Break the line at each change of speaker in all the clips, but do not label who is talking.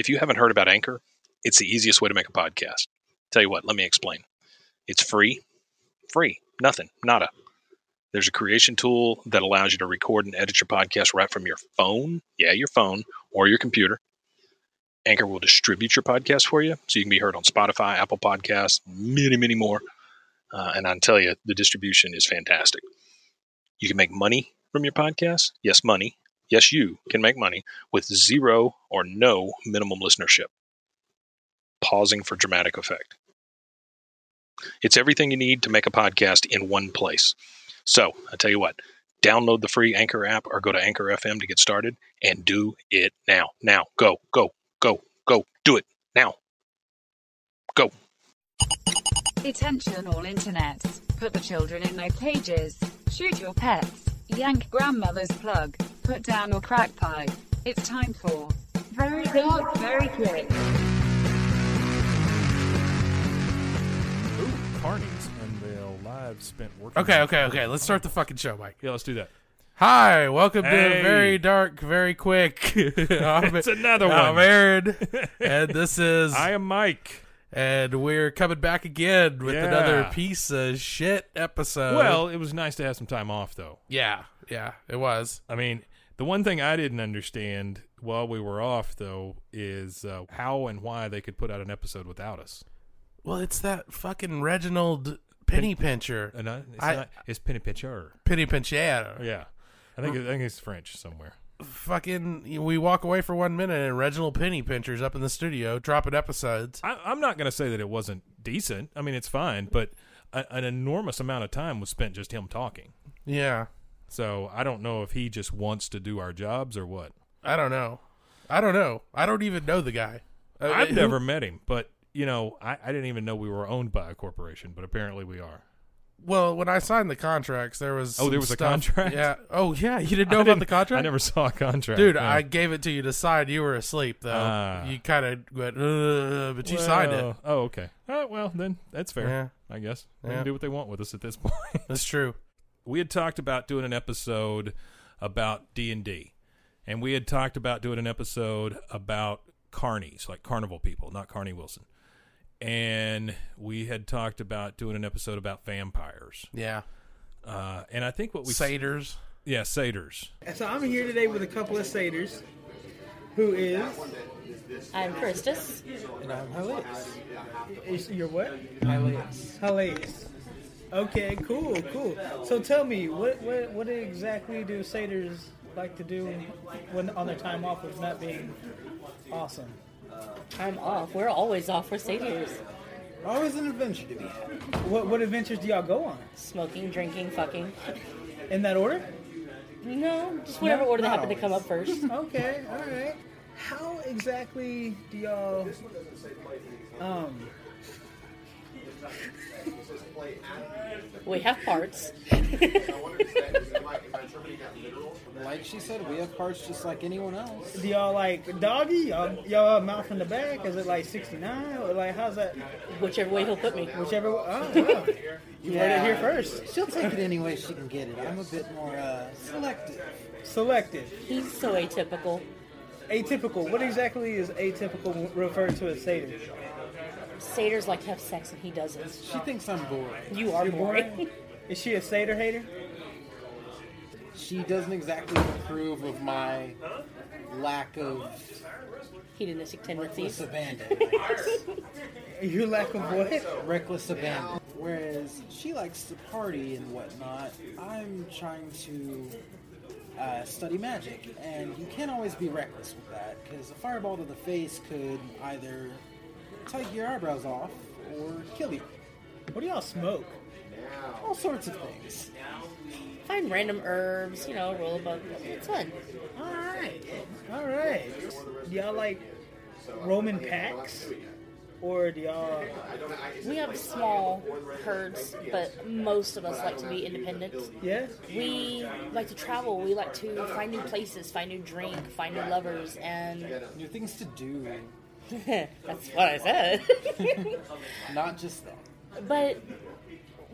If you haven't heard about Anchor, it's the easiest way to make a podcast. Tell you what, let me explain. It's free, free, nothing, nada. There's a creation tool that allows you to record and edit your podcast right from your phone. Yeah, your phone or your computer. Anchor will distribute your podcast for you so you can be heard on Spotify, Apple Podcasts, many, many more. Uh, and I can tell you, the distribution is fantastic. You can make money from your podcast. Yes, money. Yes, you can make money with zero or no minimum listenership. Pausing for dramatic effect. It's everything you need to make a podcast in one place. So I tell you what, download the free Anchor app or go to Anchor FM to get started and do it now. Now, go, go, go, go, do it now. Go.
Attention all internets. Put the children in their cages. Shoot your pets. Yank grandmother's plug. Put down your crack pipe. It's time for Very Dark, Very Quick.
Ooh, Carnies and their lives spent working.
Okay, okay, okay. Let's start the fucking show, Mike.
Yeah, let's do that.
Hi, welcome
Hey.
to Very Dark, Very Quick. I'm,
It's another
I'm
one.
Aaron, and this is,
I am Mike.
and we're coming back again with another
Yeah.
piece of shit episode.
well, it was nice to have some time off, though.
yeah, yeah, it was.
I mean, the one thing I didn't understand while we were off, though, is uh, how and why they could put out an episode without us.
Well, it's that fucking Reginald Penny Pincher,
And I, it's,
I-
not, it's Penny Pitcher.
Penny Pincher.
Yeah, I think it, I think it's French somewhere.
Fucking, we walk away for one minute, and Reginald Penny Pincher's up in the studio dropping episodes.
I, I'm not going to say that it wasn't decent. I mean, it's fine, but a, an enormous amount of time was spent just him talking.
Yeah,
So I don't know if he just wants to do our jobs or what.
I don't know. I don't know. I don't even know the guy. Uh,
I've
who-
never met him, but you know, I, I didn't even know we were owned by a corporation, but apparently we are.
Well, when I signed the contracts, there was
Oh,
some
there was a
stuff-
contract?
Yeah. Oh, yeah. You didn't
I
know about
didn't-
the contract,
I never saw a contract.
Dude,
no.
I gave it to you to sign. You were asleep though.
Ah.
you kind of went, "Ugh," but you signed it.
Well, Oh, okay. All right, well, then that's fair.
Yeah.
I guess they
Yeah.
can do what they want with us at this point.
That's true.
we had talked about doing an episode about D and D, and we had talked about doing an episode about carnies, like carnival people, not Carney Wilson. And we had talked about doing an episode about vampires.
Yeah.
Uh, and I think what we
Satyrs.
yeah satyrs.
And so I'm here today with a couple of satyrs, who is
I'm Christus.
is your what? Hilaeus. Hilaeus. Okay, cool, cool. So tell me, what what what exactly do satyrs like to do when on their time off with not being awesome?
I'm off. We're always off. We're satyrs.
Always an adventure to be had. What what adventures do y'all go on?
Smoking, drinking, fucking.
In that order?
No, just whatever
No,
order that
not
happened to come up first.
Okay, all right. How exactly do y'all um
We have parts.
Like she said, we have parts just like anyone else.
Do y'all like doggy? Y'all, y'all mouth from the back? Is it like 69? Or like, how's that?
Whichever way he'll put me.
Whichever. Oh, wow. You heard it here first.
She'll take it any way she can get it. I'm a bit more uh, selective.
Selective.
He's so atypical.
Atypical. What exactly is atypical referred to as satyr?
Satyrs like to have sex and he doesn't.
She thinks I'm boring.
You are
You're
boring.
boring? Is she a satyr hater?
she doesn't exactly approve of my lack of
hedonistic
reckless
tendencies.
abandon. I guess.
You lack of what?
reckless abandon. Whereas she likes to party and whatnot, I'm trying to uh, study magic, and you can't always be reckless with that because a fireball to the face could either take your eyebrows off or kill you.
What do y'all smoke?
All sorts of things.
Find random herbs, you know, roll a bug. It's fun.
All right, all right. Do y'all like Roman packs, or do y'all?
We have small herds, but most of us like to be independent.
Yeah.
We like to travel. We like to find new places, find new drink, find new lovers, and
New things to do,
that's what I said.
not just that.
but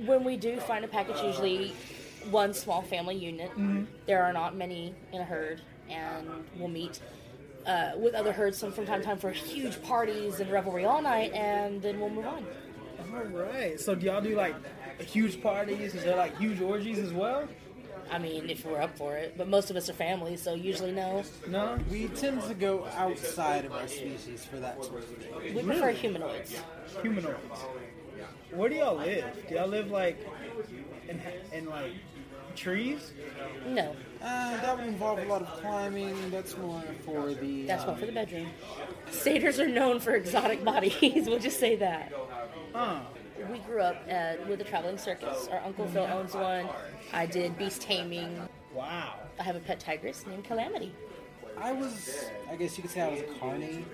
when we do find a package, usually one small family unit.
Mm-hmm.
There are not many in a herd, and we'll meet. Uh, with other herds, some from time to time for huge parties and revelry all night, and then we'll move on.
All right. So do y'all do like huge parties? Is there like huge orgies as well?
I mean, if we're up for it, but most of us are family, so usually no.
No.
We tend to go outside of our species for that sort of thing.
We prefer humanoids.
Humanoids. Where do y'all live? Do y'all live like in in like trees?
No,
Uh, that would involve a lot of climbing. That's more for the.
that's
um,
one for the bedroom. Satyrs are known for exotic bodies. We'll just say that.
Huh.
We grew up uh, with a traveling circus. Our uncle Phil owns one. I did beast taming.
Wow.
I have a pet tigress named Calamity.
I was, I guess you could say I was a carny.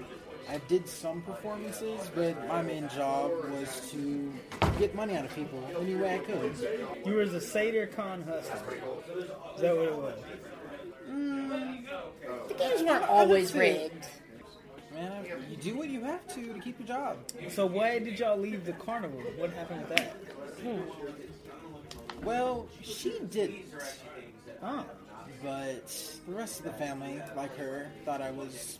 I did some performances, but my main job was to get money out of people any way I could.
You was a satyr con hustler. Is that what it was?
The games weren't always rigged.
Man, you do what you have to to keep your job.
So why did y'all leave the carnival? What happened with that?
Hmm. Well, she didn't,
Oh.
but the rest of the family, like her, thought I was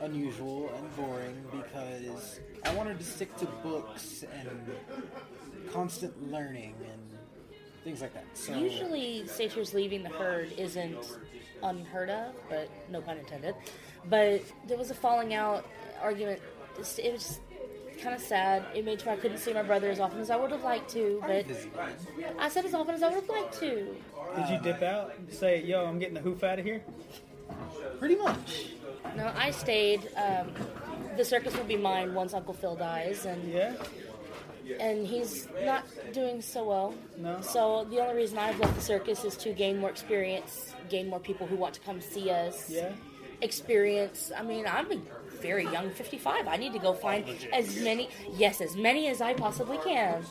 unusual and boring because I wanted to stick to books and constant learning and things like that. So
Usually, satyrs leaving the herd isn't unheard of, but no pun intended. But there was a falling out argument. It's- It was kind of sad. It made sure I couldn't see my brother as often as I would have liked to, but I said as often as I would have liked to.
Did you dip out? and Say, yo, I'm getting the hoof out of here.
pretty much.
No, I stayed. Um, the circus will be mine once Uncle Phil dies, and
Yeah.
and he's not doing so well.
No.
So the only reason I've left the circus is to gain more experience, gain more people who want to come see us.
Yeah.
Experience. I mean, I'm a very young, 55. I need to go find as many, yes, as many as I possibly can.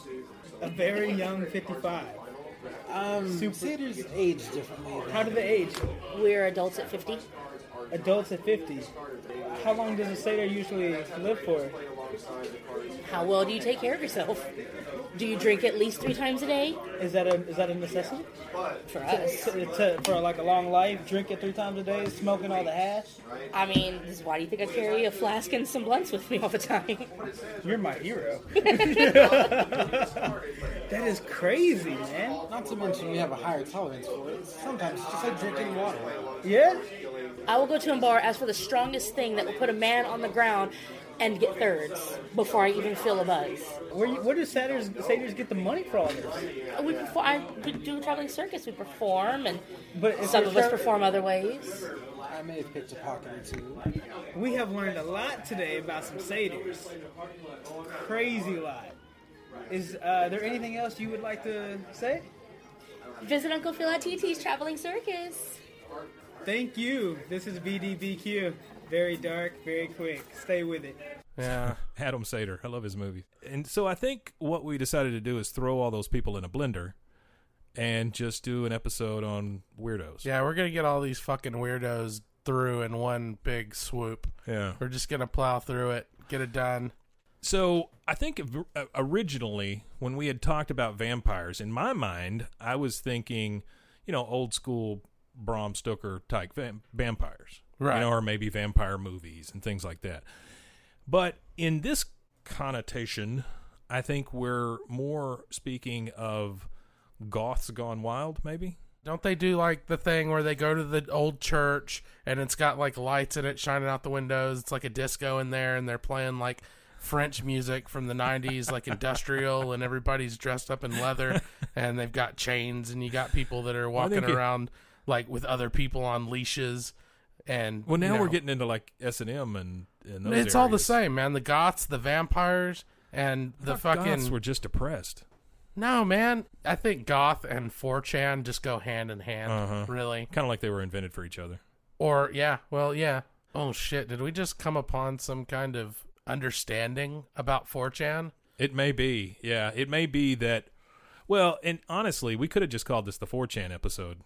A very young 55.
Um,
Super-
Satyrs age differently. than
How do they age?
We're adults at 50.
Adults at 50. How long does a satyr usually live for?
oh.
How well do you take care of yourself? Do you drink at least three times a day?
Is that a is that a necessity?
For us.
To- to- for like a long life, drinking three times a day, smoking all the hash.
I mean, this is why do you think I carry a flask and some blunts with me all the time?
You're my hero. that is crazy, man.
Not to mention you have a higher tolerance for it. Sometimes it's just like drinking water.
Yeah.
I will go to a bar, ask for the strongest thing that will put a man on the ground and get thirds before I even feel a buzz.
Where you, where do satyrs satyrs get the money for all this?
We perform, I we do a traveling circus. We perform, and
But if
some
you're
of us
tra-
perform other ways.
I may have picked a pocket or two.
We have learned a lot today about some satyrs. Crazy lot. Is uh, there anything else you would like to say?
Visit Uncle Phil at TT's traveling circus.
Thank you. This is VDBQ. Very dark, very quick. Stay with it.
Yeah.
Adam Sater. I love his movies. And so I think what we decided to do is throw all those people in a blender and just do an episode on weirdos.
Yeah, we're gonna get all these fucking weirdos through in one big swoop.
Yeah.
We're just gonna plow through it, get it done.
So I think if- uh, originally when we had talked about vampires, in my mind, I was thinking, you know, old school Bram Stoker type vam- vampires,
Right.
You know, or maybe vampire movies and things like that. But in this connotation, I think we're more speaking of goths gone wild, maybe.
Don't they do like the thing where they go to the old church and it's got like lights in it shining out the windows? It's like a disco in there and they're playing like French music from the 90s, like industrial, and everybody's dressed up in leather and they've got chains and you got people that are walking
think it-
around like with other people on leashes. And
Well,
you
now
know.
we're getting into like S and M and and those
It's all the
areas.
same, man. The goths, the vampires, and the
I thought
fucking.
goths were just depressed.
No, man. I think goth and 4chan just go hand in hand,
Uh-huh.
really.
Kind of like they were invented for each other.
Or yeah, well yeah. Oh shit! Did we just come upon some kind of understanding about 4chan?
It may be, yeah. It may be that. Well, and honestly, we could have just called this the 4chan episode,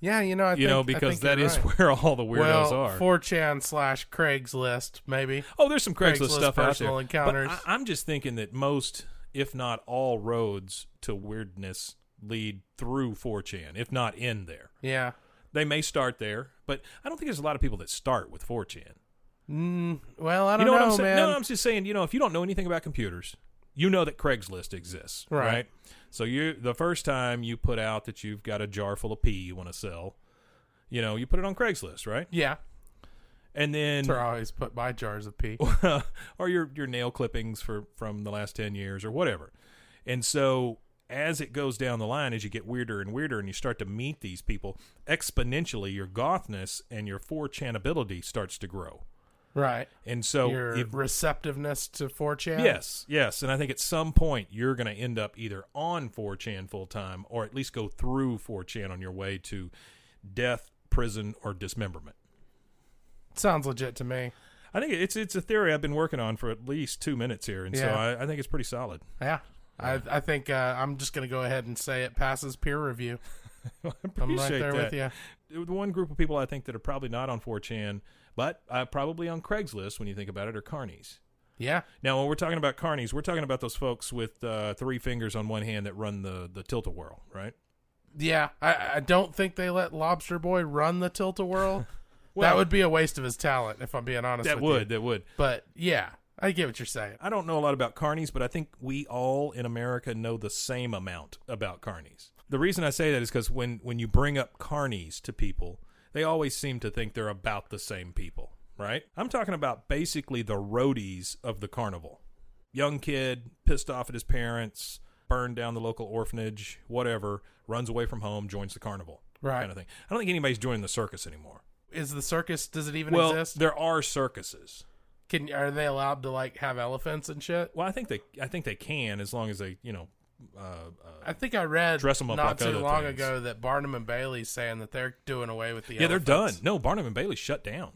Yeah, you know, I
you know, because that is where all the weirdos
well,
are.
4chan slash Craigslist, maybe.
oh, there's some Craigslist,
Craigslist
stuff out there.
personal encounters.
But I, I'm just thinking that most, if not all, roads to weirdness lead through 4chan, if not in there.
Yeah.
They may start there, but I don't think there's a lot of people that start with 4chan.
Mm, well, I
you
don't
know,
know,
what I'm saying?
man.
No, I'm just saying, you know, if you don't know anything about computers, you know that Craigslist exists,
Right.
right? So you the first time you put out that you've got a jar full of pee you want to sell, you know, you put it on Craigslist, right?
yeah,
And then
that's where I always put my jars of pee.
or your your nail clippings for from the last 10 years or whatever. And so as it goes down the line as you get weirder and weirder and you start to meet these people exponentially your gothness and your 4chan ability starts to grow.
Right.
And so
Your
if-
receptiveness to 4chan.
Yes, yes. And I think at some point you're going to end up either on 4chan full time or at least go through 4chan on your way to death, prison, or dismemberment.
sounds legit to me.
I think it's it's a theory I've been working on for at least two minutes here, and so
Yeah.
I, I think it's pretty solid.
Yeah. I, I think uh, I'm just going to go ahead and say it passes peer review.
I
I'm
appreciate
right there
that.
with you.
The one group of people I think that are probably not on 4chan, but uh, probably on Craigslist when you think about it, are carnies.
Yeah.
Now, when we're talking about carnies, we're talking about those folks with uh, three fingers on one hand that run the the tilt a whirl, right?
Yeah, I, I don't think they let Lobster Boy run the tilt a whirl. that
Well-
would be a waste of his talent, if I'm being honest.
That
with
would,
you.
that would.
But yeah, I get what you're saying.
I don't know a lot about carnies, but I think we all in America know the same amount about carnies. The reason I say that is because when, when you bring up carnies to people, they always seem to think they're about the same people, right? I'm talking about basically the roadies of the carnival. Young kid, pissed off at his parents, burned down the local orphanage, whatever, runs away from home, joins the carnival.
Right.
Kind of thing. I don't think anybody's joining the circus anymore.
Is the circus? Does it even
well,
exist?
there are circuses.
Can are they allowed to like have elephants and shit?
Well, I think they, I think they can as long as they, you know, uh, uh,
I think I read
Dress 'em up
not
like
too
other
long
things.
ago that Barnum and Bailey's saying that they're doing away with the.
yeah, they're done.
elephants.
No, Barnum and Bailey shut down.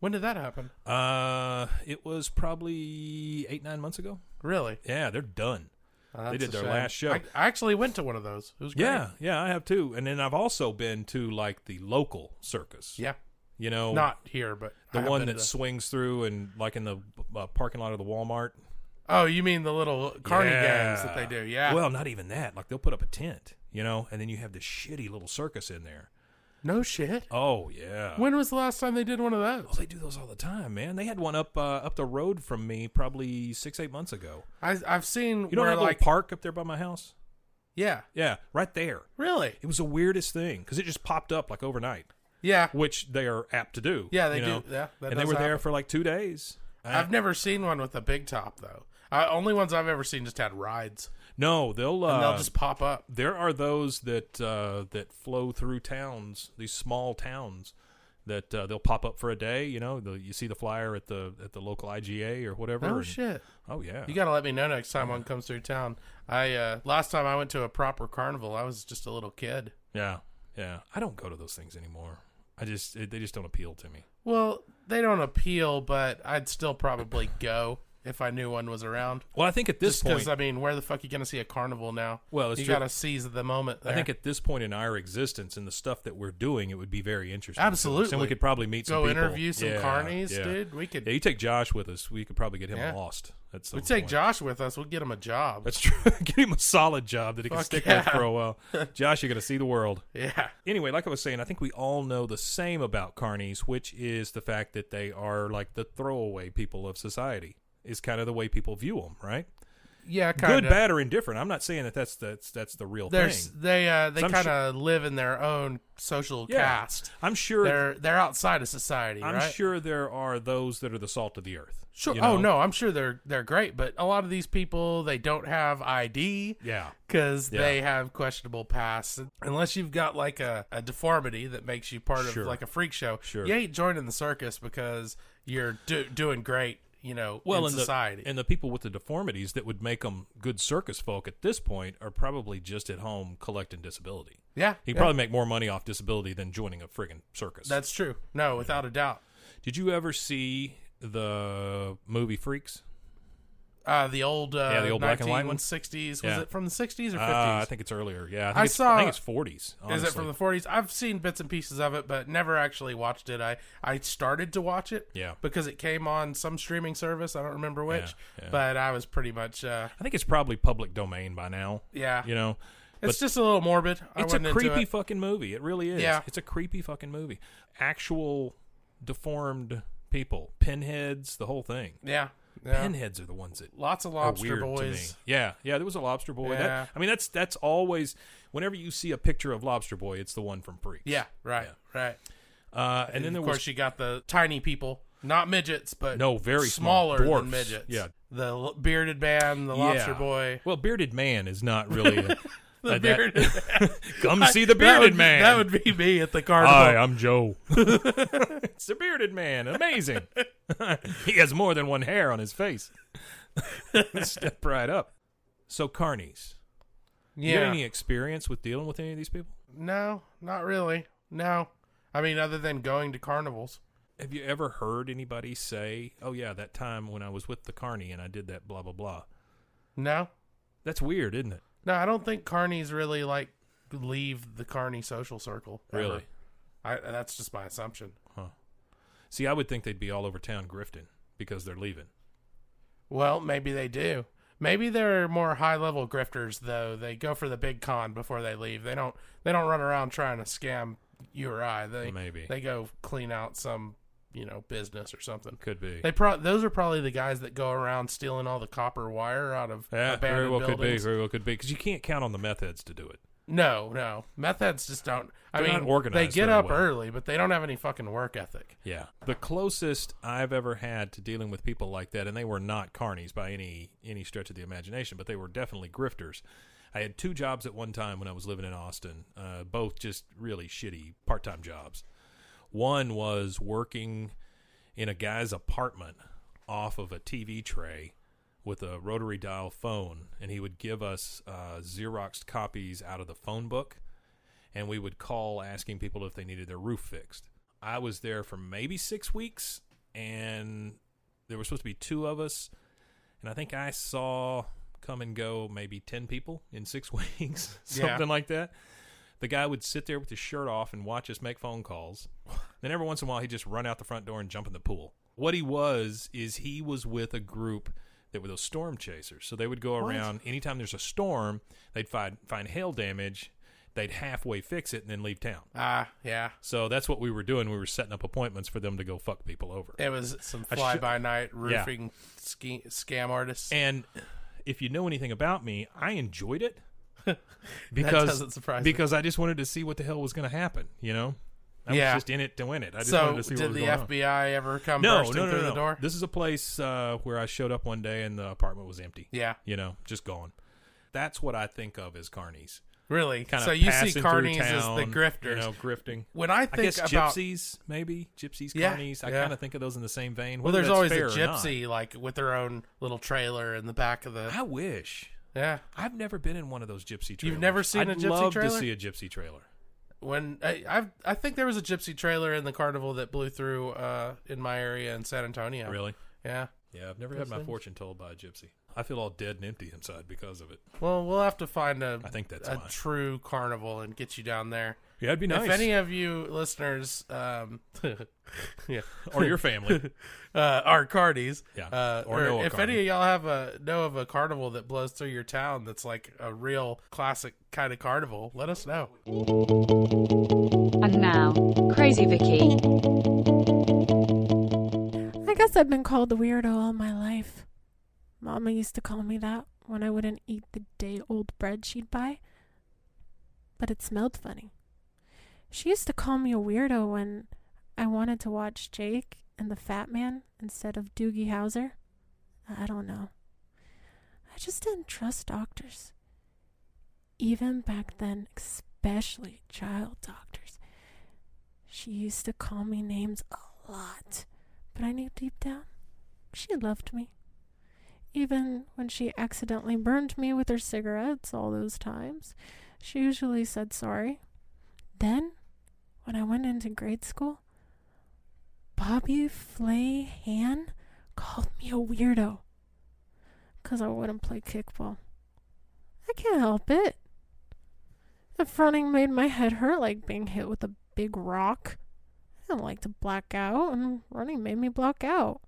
When did that happen?
Uh, it was probably eight nine months ago.
Really?
Yeah, they're done.
Oh, that's
They did
a
their
shame.
last show.
I, I actually went to one of those. It was great.
Yeah, yeah, I have too. And then I've also been to like the local circus.
yeah.
you know,
Not here, but I
the
have
one
been to
that
the-
swings through and like in the uh, parking lot of the Walmart.
Oh, you mean the little carny
Yeah.
games that they do? Yeah.
Well, not even that. Like they'll put up a tent, you know, and then you have this shitty little circus in there.
no shit.
Oh yeah.
When was the last time they did one of
Oh,
those?
they do those all the time, man. They had one up uh, up the road from me probably six, eight months ago.
I, I've seen
You know
where
that
like
little park up there by my house?
yeah,
Yeah, right there.
really,
It was the weirdest thing because it just popped up like overnight,
yeah.
which they are apt to do.
Yeah, they
you
do.
know?
Yeah, that
and they
does
were there
happen.
for like two days. I-
I've never seen one with a big top though. I, only ones I've ever seen just had rides,
no, they'll. Uh,
and they'll just pop up.
there are those that uh, that flow through towns, these small towns, that uh, they'll pop up for a day. You know, the, you see the flyer at the at the local IGA or whatever.
Oh
and-
shit!
Oh yeah.
You gotta let me know next time one comes through town. I uh last time I went to a proper carnival, I was just a little kid.
yeah, yeah. I don't go to those things anymore. I just it, they just don't appeal to me.
Well, they don't appeal, but I'd still probably go if I knew one was around.
Well, I think at this
Just
point,
because I mean, where the fuck you gonna see a carnival now?
Well, it's
you
true.
gotta seize the moment.
I think
there.
at this point in our existence and the stuff that we're doing, it would be very interesting. to us.
Absolutely.
and we could probably meet some
Go
people.
interview some carnies, dude. We could-
Yeah, you take Josh with us. We could probably get him
Yeah.
lost. That's
we take Josh with us. We'll get him a job.
That's true. get him a solid job that he can
Fuck
stick with
yeah.
for a while. Josh, you're gonna see the world.
yeah.
Anyway, like I was saying, I think we all know the same about carnies, which is the fact that they are like the throwaway people of society. Is kind of the way people view them, right?
Yeah, kinda.
good, bad, or indifferent. I'm not saying that that's that's that's the real
There's
thing.
they uh they
Some
kind of live in their own social
Yeah.
caste.
I'm sure.
They're they're outside of society,
I'm
right?
sure there are those that are the salt of the earth.
Sure.
you
Oh
know?
no, I'm sure they're they're great, but a lot of these people they don't have ID
Yeah.
because
Yeah.
they have questionable pasts. Unless you've got like a, a deformity that makes you part
Sure.
of like a freak show,
Sure.
you ain't joining the circus because you're do, doing great. You know,
Well,
in
and
society.
the and the people with the deformities that would make them good circus folk at this point are probably just at home collecting disability.
yeah,
He
yeah.
probably make more money off disability than joining a friggin' circus.
that's true. No, without a doubt.
Did you ever see the movie Freaks?
Uh, the old uh,
Yeah, the old black and white one?
1960s. Was
Yeah.
it from the 60s or 50s?
Ah, I think it's earlier. Yeah, I, think
I
it's,
saw-
I think it's forties.
Is it from the 40s? I've seen bits and pieces of it, but never actually watched it. I, I started to watch it
Yeah.
because it came on some streaming service. I don't remember which,
yeah.
but I was pretty much, uh,
I think it's probably public domain by now.
yeah.
You know,
it's just a little morbid. I
it's a
wasn't into
creepy
it.
fucking movie. It really is.
Yeah.
It's a creepy fucking movie. Actual deformed people, pinheads, the whole thing.
yeah. yeah.
Pinheads are the ones that
Lots of
are
lobster
weird to
boys.
me. Yeah, yeah, there was a lobster boy. That-
Yeah.
I mean, that's that's always whenever you see a picture of lobster boy, it's the one from Freaks.
Yeah, right, right.
Uh, and, then there
of course
was
you got the tiny people, not midgets, but
No, very small.
smaller
Dwarfs.
than midgets.
Yeah.
the l- bearded man, the lobster
Yeah.
boy.
Well, bearded man is not really a,
The
a- that-
bearded
Come see the bearded
that would,
man.
That would be me at the carnival.
Hi, I'm Joe. it's the bearded man. Amazing. he has more than one hair on his face. Step right up. So carnies.
yeah.
You got any experience with dealing with any of these people?
No, not really. No. I mean, other than going to carnivals.
Have you ever heard anybody say, "Oh yeah, that time when I was with the carny and I did that blah blah blah"?
No.
That's weird, isn't it?
No, I don't think carnies really like leave the carny social circle. ever.
Really?
I, that's just my assumption.
See, I would think they'd be all over town grifting because they're leaving.
Well, maybe they do. Maybe they're more high level grifters though. They go for the big con before they leave. They don't they don't run around trying to scam you or I. They
Maybe.
they go clean out some, you know, business or something.
Could be.
They pro- those are probably the guys that go around stealing all the copper wire out of
yeah,
abandoned
very well
buildings.
could be. Very well could be because you can't count on the meth heads to do it.
No, no. Meth heads just don't. I
They're
mean,
not organized
they get
very
up
well.
early, but they don't have any fucking work ethic.
Yeah. The closest I've ever had to dealing with people like that, and they were not carnies by any any stretch of the imagination, but they were definitely grifters. I had two jobs at one time when I was living in Austin, uh, both just really shitty part time jobs. One was working in a guy's apartment off of a TV tray with a rotary dial phone, and he would give us uh, Xeroxed copies out of the phone book, and we would call asking people if they needed their roof fixed. I was there for maybe six weeks, and there were supposed to be two of us, and I think I saw come and go maybe 10 people in six weeks,
Yeah.
something like that. The guy would sit there with his shirt off and watch us make phone calls. Then every once in a while, he'd just run out the front door and jump in the pool. What he was is he was with a group that were those storm chasers. So they would go around anytime there's a storm, they'd find find hail damage, they'd halfway fix it and then leave town.
Ah, yeah.
So that's what we were doing. We were setting up appointments for them to go fuck people over.
It was some
I
fly
should-
by night
Yeah.
roofing ski- scam artists.
And if you know anything about me, I enjoyed it because
doesn't surprise me.
because I just wanted to see what the hell was going to happen. You know, I
Yeah.
was just in it to win it. I just wanted
so,
to see
did
what was
the
going on.
FBI ever come
no,
bursting
no, no,
through
no.
the door?
This is a place uh, where I showed up one day and the apartment was empty.
Yeah.
you know, just gone. That's what I think of as carnies.
really?
Kind
so
of
you see
passing through
carnies as
town,
the grifters.
you know, grifting.
when I think
I guess
about
gypsies, maybe gypsies,
Yeah,
carnies. I
yeah.
kind of think of those in the same vein.
well,
whether
there's
that's
always a
fair or not.
gypsy like with their own little trailer in the back of the
I wish
yeah.
I've never been in one of those gypsy trailers.
never seen
I'd
a gypsy
love to
trailer?
see a gypsy trailer.
when I I've, I think there was a gypsy trailer in the carnival that blew through uh, in my area in San Antonio.
Really?
Yeah.
Yeah, I've never had my fortune told by a gypsy. I feel all dead and empty inside because of it.
Well, we'll have to find a
I think that's
a
mine.
true carnival and get you down there.
Yeah, it'd be nice.
If any of you listeners, um, yeah,
or your family.
uh, are cardies,
Yeah,
uh,
or
or,
know a
if
carny.
any of y'all have a know of a carnival that blows through your town that's like a real classic kind of carnival, let us know.
And now, Crazy Vicky.
I guess I've been called a weirdo all my life. Mama used to call me that when I wouldn't eat the day old bread she'd buy, but it smelled funny. She used to call me a weirdo when I wanted to watch Jake and the Fat Man instead of Doogie Howser. I don't know. I just didn't trust doctors. Even back then, especially child doctors. She used to call me names a lot, but I knew deep down she loved me. Even when she accidentally burned me with her cigarettes all those times, she usually said sorry. Then, when I went into grade school, Bobby Flayhan called me a weirdo because I wouldn't play kickball. I can't help it. The fronting made my head hurt like being hit with a big rock. I didn't like to black out, and running made me black out.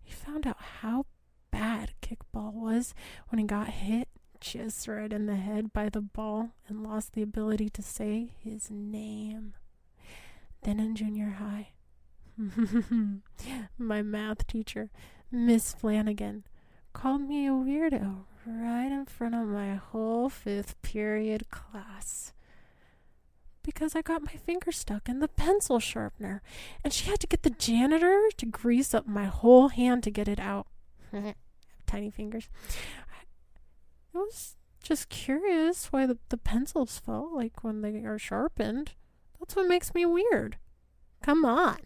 He found out how bad kickball was when he got hit just right in the head by the ball and lost the ability to say his name. Then in junior high, my math teacher, Miss Flanagan, called me a weirdo right in front of my whole fifth period class. Because I got my finger stuck in the pencil sharpener, and she had to get the janitor to grease up my whole hand to get it out. Tiny fingers. I was just curious why the, the pencils felt like when they are sharpened. That's what makes me weird. Come on.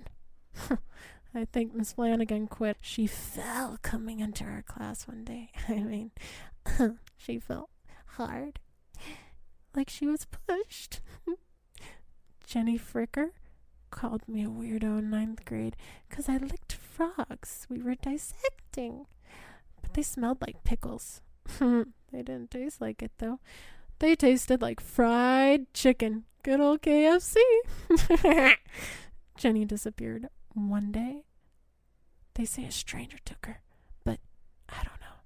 I think Miss Flanagan quit. She fell coming into our class one day. I mean, she fell hard. Like she was pushed. Jenny Fricker called me a weirdo in ninth grade because I licked frogs we were dissecting. But they smelled like pickles. they didn't taste like it though. They tasted like fried chicken. Good old KFC. Jenny disappeared one day. They say a stranger took her, but I don't know.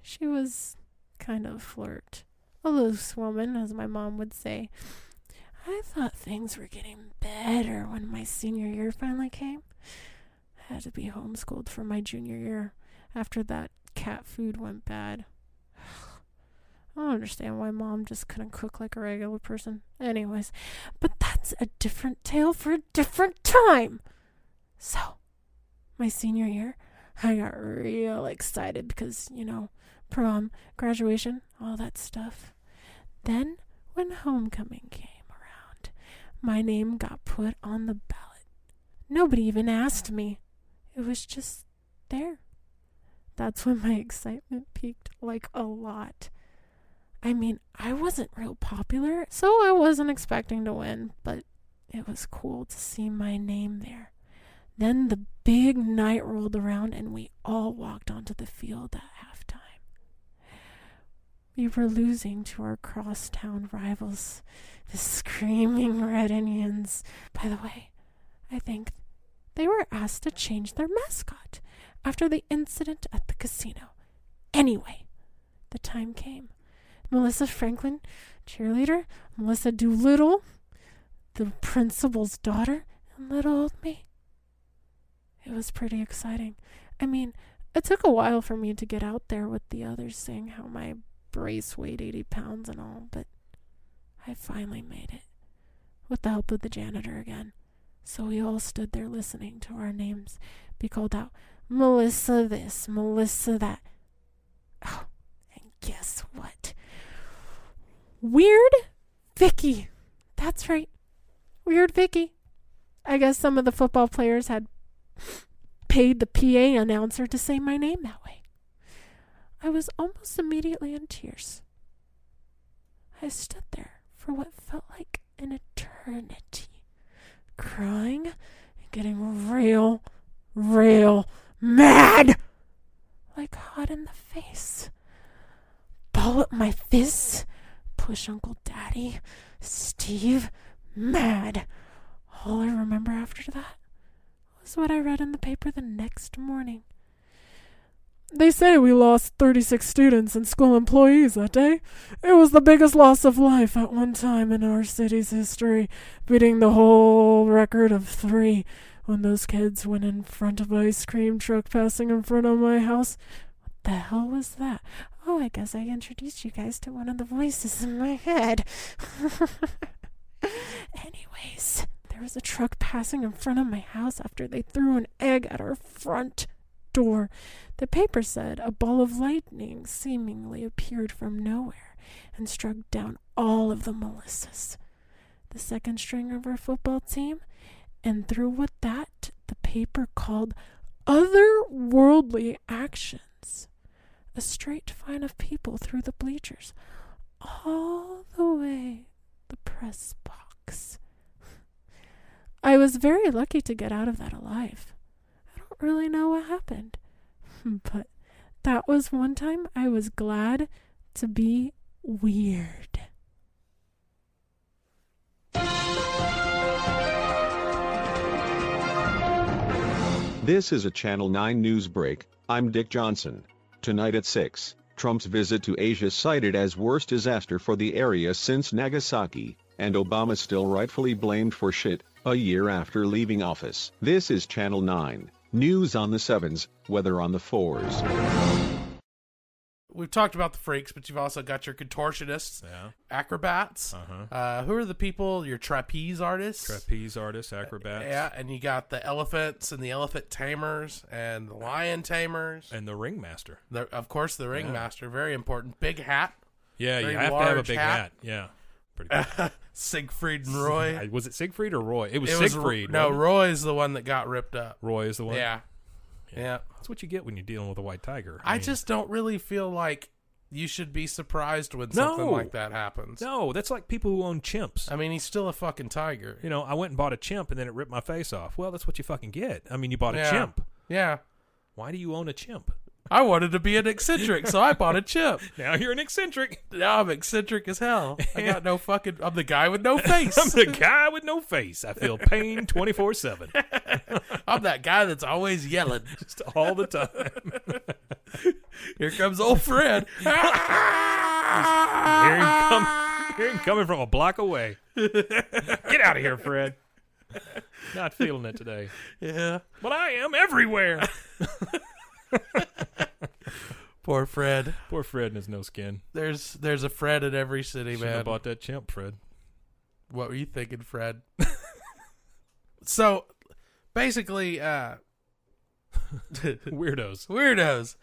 She was kind of flirt. A loose woman, as my mom would say. I thought things were getting better when my senior year finally came. I had to be homeschooled for my junior year after that cat food went bad. I don't understand why mom just couldn't cook like a regular person. Anyways, but that's a different tale for a different time. So, my senior year, I got real excited because, you know, prom, graduation, all that stuff. Then, when homecoming came around, my name got put on the ballot. Nobody even asked me, it was just there. That's when my excitement peaked like a lot. I mean, I wasn't real popular, so I wasn't expecting to win, but it was cool to see my name there. Then the big night rolled around and we all walked onto the field at halftime. We were losing to our crosstown rivals, the screaming Red Indians. By the way, I think they were asked to change their mascot after the incident at the casino. Anyway, the time came. Melissa Franklin, cheerleader, Melissa Doolittle, the principal's daughter, and little old me. It was pretty exciting. I mean, it took a while for me to get out there with the others saying how my brace weighed 80 pounds and all, but I finally made it. With the help of the janitor again. So we all stood there listening to our names be called out Melissa this, Melissa that. Oh, and guess what? Weird Vicky. That's right. Weird Vicky. I guess some of the football players had paid the PA announcer to say my name that way. I was almost immediately in tears. I stood there for what felt like an eternity, crying and getting real, real mad, like hot in the face. Ball up my fists, push Uncle Daddy, Steve, mad. All I remember after that was what I read in the paper the next morning. They say we lost 36 students and school employees that day. It was the biggest loss of life at one time in our city's history, beating the whole record of three when those kids went in front of ice cream truck passing in front of my house. What the hell was that? Oh, Oh, I guess I introduced you guys to one of the voices in my head. Anyways, there was a truck passing in front of my house after they threw an egg at our front door. The paper said a ball of lightning seemingly appeared from nowhere and struck down all of the Melissas, the second string of our football team, and through what that the paper called otherworldly actions. A straight fine of people through the bleachers, all the way the press box. I was very lucky to get out of that alive. I don't really know what happened, but that was one time I was glad to be weird.
This is a Channel 9 news break. I'm Dick Johnson. Tonight at 6, Trump's visit to Asia cited as worst disaster for the area since Nagasaki, and Obama still rightfully blamed for shit a year after leaving office. This is Channel 9 news on the 7s, weather on the 4s.
We've talked about the freaks, but you've also got your contortionists,
Yeah.
acrobats.
Uh-huh.
Uh, who are the people? Your trapeze artists. Uh,
Trapeze artists, acrobats,
Yeah, and you got the elephants and the elephant tamers and the lion tamers.
and the ringmaster.
The, of course, the ringmaster, very important. Big hat,
Yeah,
Very
you have to have a
large
big
hat.
hat. Yeah. Pretty cool.
Siegfried and Roy.
Uh, was it Siegfried or Roy? It was
It was-
Siegfried.
no,
wasn't
Roy's the one that got ripped up.
it? Roy is the one.
Yeah. yeah,
that's what you get when you're dealing with a white tiger.
I
mean,
just don't really feel like you should be surprised when
No.
something like that happens.
no. That's like people who own chimps.
I mean, he's still a fucking tiger.
you know, I went and bought a chimp and then it ripped my face off. Well, that's what you fucking get. I mean, you bought a
Yeah.
chimp.
Yeah,
Why do you own a chimp?
I wanted to be an eccentric, so I bought a chip.
Now you're an eccentric.
Now I'm eccentric as hell. I got no fucking. I'm the guy with no face.
I'm the guy with no face. I feel pain 24 7.
I'm that guy that's always yelling.
Just all the time.
Here comes old Fred.
Hear him, come, hear him coming from a block away. Get out of here, Fred. Not feeling it today.
yeah,
But I am everywhere.
poor Fred.
Poor Fred and his no skin.
There's there's a Fred in every city,
Should have
man.
bought that chimp, Fred.
What were you thinking, Fred? so, basically, uh,
Weirdos.
weirdos.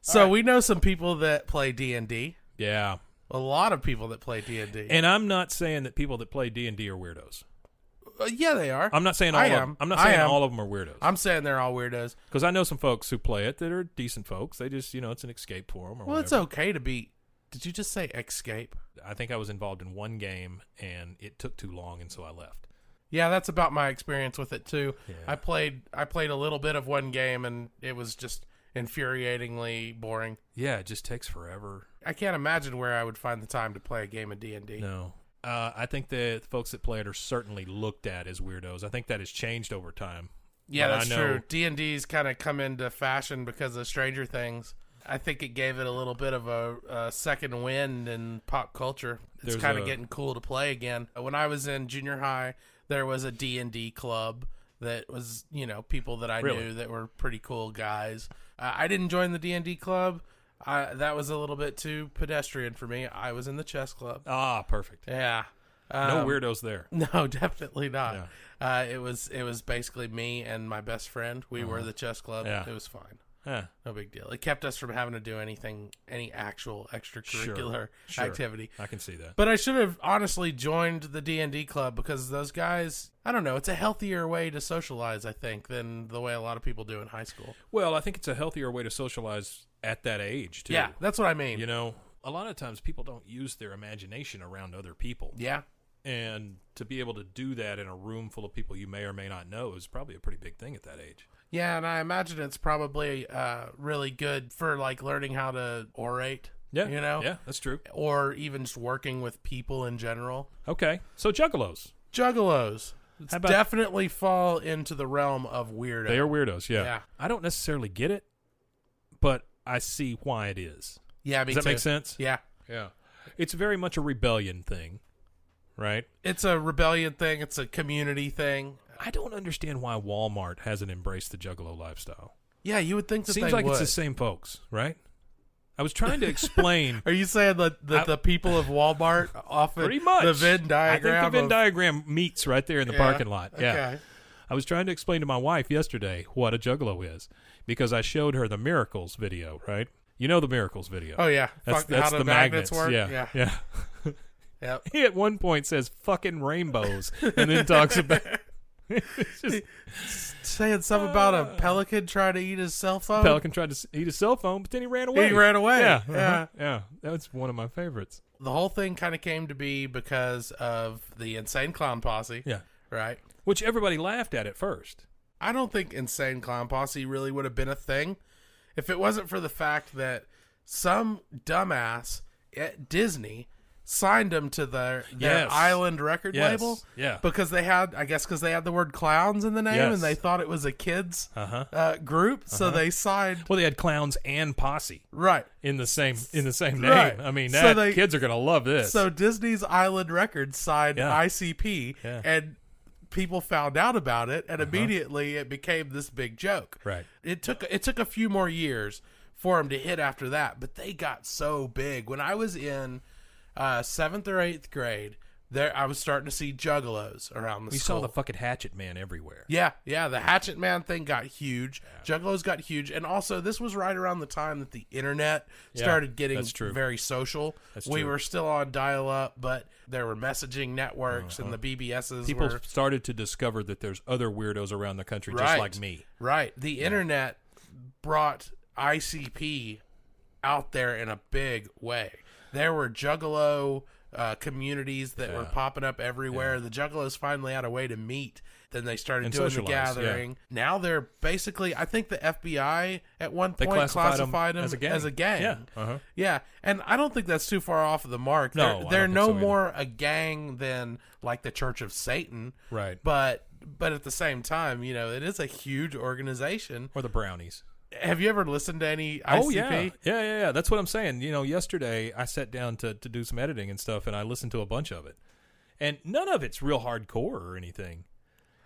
So we know some people that play D and D.
Yeah.
A lot of people that play D and D.
And I'm not saying that people that play D&D are weirdos.
Uh, Yeah, they are.
I'm not saying all
I
of
am.
them. I'm not
I
saying
am.
all of them are weirdos.
I'm saying they're all weirdos.
Because I know some folks who play it that are decent folks. They just, you know, it's an escape for them. Or
Well, it's
whatever.
okay to be. Did you just say escape?
I think I was involved in one game and it took too long, and so I left.
Yeah, that's about my experience with it too.
Yeah.
I played I played a little bit of one game and it was just infuriatingly boring.
Yeah, it just takes forever.
I can't imagine where I would find the time to play a game of D&D.
No. Uh, I think the folks that play it are certainly looked at as weirdos. I think that has changed over time.
Yeah,
But I
that's
know-
true. D&D's kind of come into fashion because of Stranger Things. I think it gave it a little bit of a, a second wind in pop culture. It's
There's
kind
a-
of getting cool to play again. When I was in junior high, there was a D&D club that was, you know, people that I
Really?
knew that were pretty cool guys. Uh, I didn't join the D&D club. I, that was a little bit too pedestrian for me. I was in the chess club.
Ah, perfect.
Yeah.
No
Um,
weirdos there.
no, definitely not. Uh, it was it was basically me and my best friend. We were the chess club.
Uh-huh. Yeah.
It was fine.
Huh.
No big deal. It kept us from having to do anything, any actual extracurricular
Sure.
activity.
I can see that.
But I should have honestly joined the D and D club because those guys. I don't know. It's a healthier way to socialize, I think, than the way a lot of people do in high school.
Well, I think it's a healthier way to socialize at that age, too.
Yeah, that's what I mean.
You know, a lot of times people don't use their imagination around other people.
yeah,
And to be able to do that in a room full of people you may or may not know is probably a pretty big thing at that age.
yeah, and I imagine it's probably uh, really good for like learning how to orate.
Yeah.
you know.
Yeah, that's true.
or even just working with people in general.
Okay. So juggalos.
Juggalos
How about-
definitely fall into the realm of weirdo.
They are weirdos, yeah.
Yeah.
I don't necessarily get it, but I see why it is.
yeah, me
Does that make
too.
sense?
Yeah,
Yeah. It's very much a rebellion thing, right?
it's a rebellion thing. It's a community thing.
I don't understand why Walmart hasn't embraced the juggalo lifestyle.
Yeah, you would think that
Seems
they
like
would.
it's the same folks, right? I was trying to explain.
Are you saying that, that
I-
the people of Walmart often
Pretty much
the Venn diagram?
I think the Venn
of-
diagram meets right there in the
Yeah,
parking lot. Yeah.
okay.
I was trying to explain to my wife yesterday what a juggalo is because I showed her the miracles video, right? You know the miracles video.
Oh, yeah.
That's,
Fuck,
that's
how do
the
magnets
magnets.
work?
Yeah. Yeah.
Yep.
he at one point says fucking rainbows and then talks about It's just Uh.
Saying something about a pelican trying to eat his cell phone.
Pelican tried to s- eat his cell phone, but then he ran away.
He ran away.
Yeah. uh-huh,
Yeah.
Yeah. That was one of my favorites.
The whole thing kind of came to be because of the insane clown posse.
Yeah.
Right.
Which everybody laughed at at first.
I don't think Insane Clown Posse really would have been a thing if it wasn't for the fact that some dumbass at Disney signed them to their, their
Yes.
island record
Yes.
label.
Yeah.
Because they had, I guess, because they had the word clowns in the name
Yes.
and they thought it was a kids
Uh-huh.
uh, group. So they signed.
Well, they had clowns and posse.
Right.
in the same in the same name.
Right.
I mean,
So
that
they-
kids are gonna love this.
So Disney's Island Records signed
Yeah.
ICP,
Yeah. Uh-huh.
and people found out about it, and immediately it became this big joke.
Right.
It took it took a few more years for them to hit after that, but they got so big. When I was in uh, seventh or eighth grade, there I was starting to see juggalos around the
we
school.
saw the fucking hatchet man everywhere.
Yeah, yeah, the Hatchet Man thing got huge. Juggalos got huge, and also this was right around the time that the internet
Yeah,
started getting
that's true.
very social.
That's
we
true.
were still on dial-up, but there were messaging
Uh-huh.
networks and the BBSs.
People
were,
started to discover that there's other weirdos around the country just
Right.
like me.
right? The internet brought ICP out there in a big way. There were Juggalo uh, communities that were popping up everywhere. The Juggalos finally had a way to meet. Then they started
And
doing the
socialize, yeah.
gathering. Now they're basically, I think the FBI at one
They
point
classified
classified,
'em
them
as a gang. Yeah, uh-huh.
Yeah, and I don't think that's too far off of the mark.
No, I
they're,
don't
they're
think
no
so either.
more a gang than like the Church of Satan,
Right.
But but at the same time, you know, it is a huge organization.
Or the brownies.
Have you ever listened to any ICP?
Oh yeah. yeah, yeah, yeah. That's what I'm saying. You know, yesterday I sat down to to do some editing and stuff, and I listened to a bunch of it, and none of it's real hardcore or anything.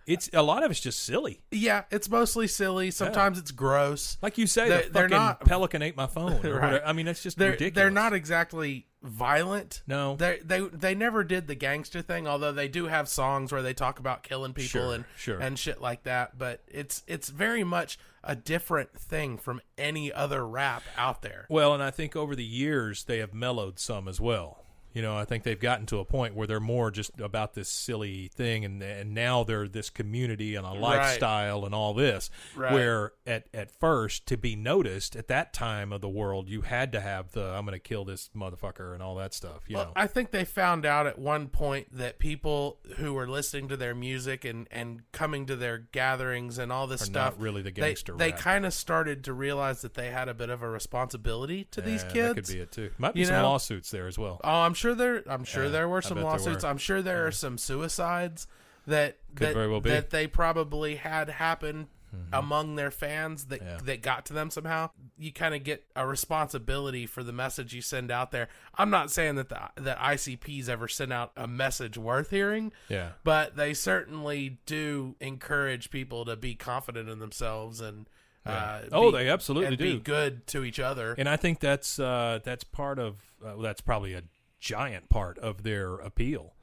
It's a lot of it's just silly.
Yeah, it's mostly silly. Sometimes it's gross.
Like you say,
They-
the
they're
fucking
not-
pelican ate my phone. Or
Right.
whatever. I mean, that's just
they're
ridiculous.
they're not exactly violent.
No.
they they they never did the gangster thing. Although they do have songs where they talk about killing people
Sure,
and
sure.
and shit like that. But it's it's very much a different thing from any other rap out there.
Well, and I think over the years they have mellowed some as well. You know, I think they've gotten to a point where they're more just about this silly thing, and and now they're this community and a lifestyle and all this.
Right.
Where at at first to be noticed at that time of the world, you had to have the I'm going to kill this motherfucker and all that stuff. You know,
I think they found out at one point that people who were listening to their music and, and coming to their gatherings and all this
Are
stuff
not really the
they-
gangster
They,
rap.
kind of started to realize that they had a bit of a responsibility to these
Yeah,
kids.
that could be it too. Might be
You
some
know?
lawsuits there as well.
Oh, I'm sure there. I'm sure
Yeah,
there were
I
some
bet there
lawsuits.
were.
I'm sure there are some suicides that
Could
that,
very well be.
that they probably had happen among their fans that
Mm-hmm. Yeah.
that got to them somehow. You kind of get a responsibility for the message you send out there. I'm not saying that the that ICPs ever sent out a message worth hearing.
Yeah.
But they certainly do encourage people to be confident in themselves and. Uh,
Oh,
be-
they absolutely
and be
do.
good to each other.
And I think that's uh, that's part of uh, well, that's probably a giant part of their appeal,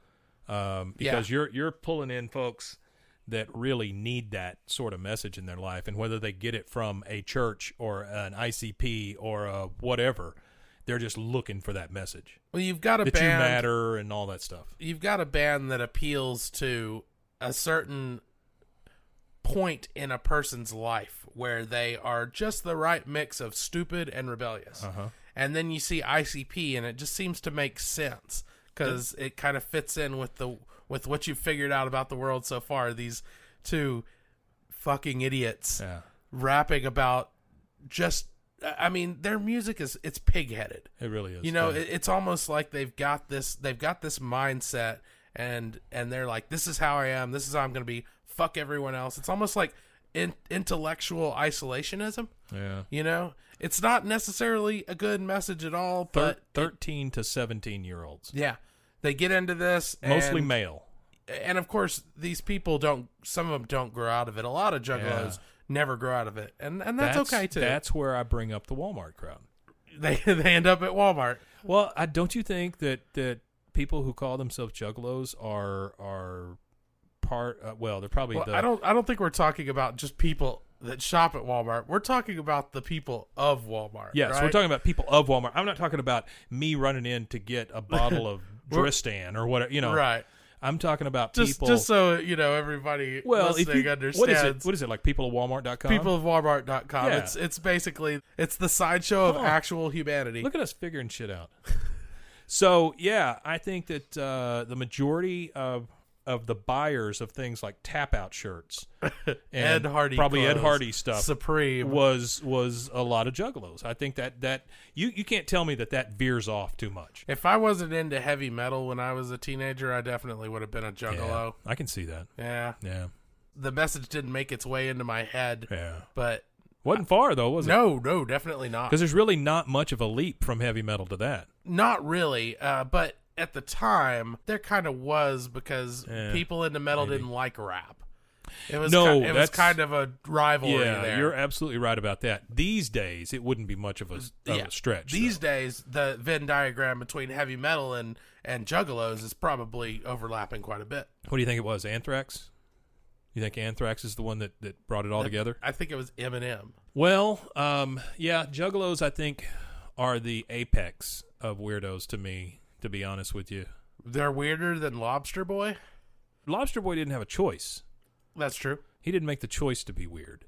um, because
Yeah.
you're you're pulling in folks that really need that sort of message in their life, and whether they get it from a church or an ICP or a whatever, they're just looking for that message
well, you've got a
that you
band.
matter and all that stuff.
you've got a band that appeals to a certain point in a person's life where they are just the right mix of stupid and rebellious.
Uh-huh.
And then you see ICP and it just seems to make sense cuz it kind of fits in with the with what you've figured out about the world so far these two fucking idiots
Yeah,
rapping about just I mean their music is it's pig-headed
it really is.
you know
yeah.
it, it's almost like they've got this they've got this mindset and and they're like this is how i am this is how i'm gonna be fuck everyone else it's almost like in, intellectual isolationism
yeah.
you know it's not necessarily a good message at all but
Thir- Thirteen to seventeen year olds,
yeah they get into this
mostly
and,
male.
and of course these people don't some of them don't grow out of it a lot of juggalos
Yeah.
never grow out of it and and that's, okay too
That's where I bring up the Walmart crowd.
they they end up at Walmart.
Well, I don't you think that that people who call themselves juggalos are are part? Uh, well, they're probably.
Well,
the,
I don't I don't think we're talking about just people that shop at Walmart. We're talking about the people of Walmart.
Yes,
right?
we're talking about people of Walmart. I'm not talking about me running in to get a bottle of
We're-
Dristan or whatever. You know,
right.
I'm talking about
Just
people.
just so you know everybody
well, if
listening
you,
understands.
what is it? What is it like? People of Walmart.com.
People of Walmart.com.
Yeah.
It's it's basically it's the sideshow of
Huh.
actual humanity.
Look at us figuring shit out. so yeah, I think that uh, the majority of of the buyers of things like tap out shirts and
Ed Hardy
probably Ed
clothes,
Hardy stuff
Supreme.
was was a lot of juggalos. I think that that you you can't tell me that that veers off too much.
If I wasn't into heavy metal when I was a teenager, I definitely would have been a
Yeah,
juggalo.
I can see that.
Yeah.
Yeah,
The message didn't make its way into my head,
yeah.
but
Wasn't far though, was it?
no, no, definitely not.
because there's really not much of a leap from heavy metal to that.
Not really, uh, but at the time there kind of was because
Yeah,
people into metal
maybe.
didn't like rap. It was
No,
ki- it was
that's-
kind of a rivalry
yeah,
there.
you're absolutely right about that. These days, it wouldn't be much of a, of
Yeah.
a stretch.
These
though.
days, the Venn diagram between heavy metal and and juggalos is probably overlapping quite a bit.
What do you think it was? Anthrax? You think Anthrax is the one that, that brought it all together?
I think it was Eminem.
Well, um, yeah, Juggalos, I think, are the apex of weirdos to me, to be honest with you.
They're weirder than Lobster Boy.
Lobster Boy didn't have a choice.
That's true.
He didn't make the choice to be weird.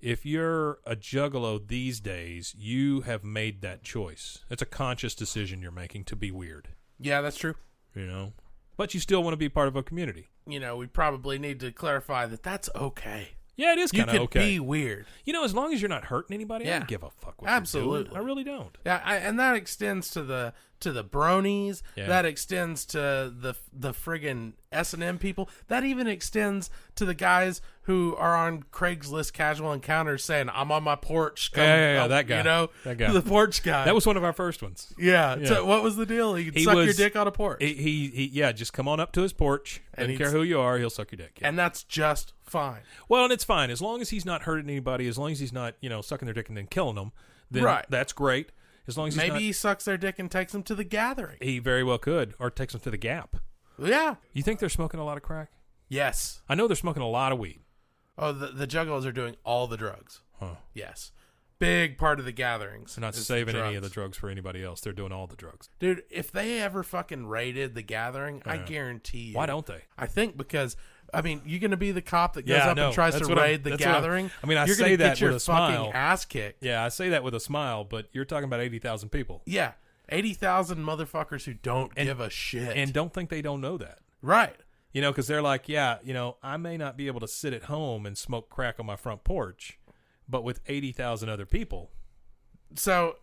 If you're a juggalo these days, you have made that choice. It's a conscious decision you're making to be weird,
Yeah, that's true.
you know? But you still want to be part of a community.
You know, we probably need to clarify that that's okay.
Yeah, it is
you
kind of
can
okay.
be weird.
You know, as long as you're not hurting anybody, I
Yeah.
don't give a fuck what you're
Absolutely.
doing. I really don't.
Yeah, I, and that extends to the to the bronies.
Yeah.
That extends to the the friggin' S and M people. That even extends to the guys who are on Craigslist casual encounters saying, "I'm on my porch."
Yeah, yeah, yeah, that guy.
You know,
That guy.
the porch guy.
That was one of our first ones.
yeah.
Yeah.
So what was the deal? You
He
suck your
was-
dick on a porch,
He, he, he yeah, just come on up to his porch.
And
Doesn't care
he's-
who you are, he'll suck your dick. yeah.
and that's just fine.
well, and it's fine as long as he's not hurting anybody. As long as he's not you know sucking their dick and then killing them, then
Right.
that's great. As long as he's
Maybe
not-
he sucks their dick and takes them to the gathering.
he very well could, or takes them to the Gap.
Yeah.
You think they're smoking a lot of crack?
Yes.
I know they're smoking a lot of weed.
Oh, the the juggalos are doing all the drugs.
Huh.
Yes. Big part of the gatherings.
They're not
is the
saving any of the
drugs.
drugs for anybody else. They're doing all the drugs.
Dude, if they ever fucking raided the gathering, I
Yeah.
guarantee you.
Why don't they?
I think because I mean, you're gonna be the cop that goes
Yeah, I
up
know.
and tries
That's
to
what I'm-
raid the
that's what I'm-
gathering.
I mean, I
you're
say
gonna
that
get your
with a
fucking
smile.
ass kicked. Yeah,
Yeah, I say that with a smile, but you're talking about eighty thousand people,
eighty thousand motherfuckers who don't
And-
give a shit.
and don't think they don't know that.
right,
You know, because they're like, yeah, you know, I may not be able to sit at home and smoke crack on my front porch, but with 80,000 other people.
so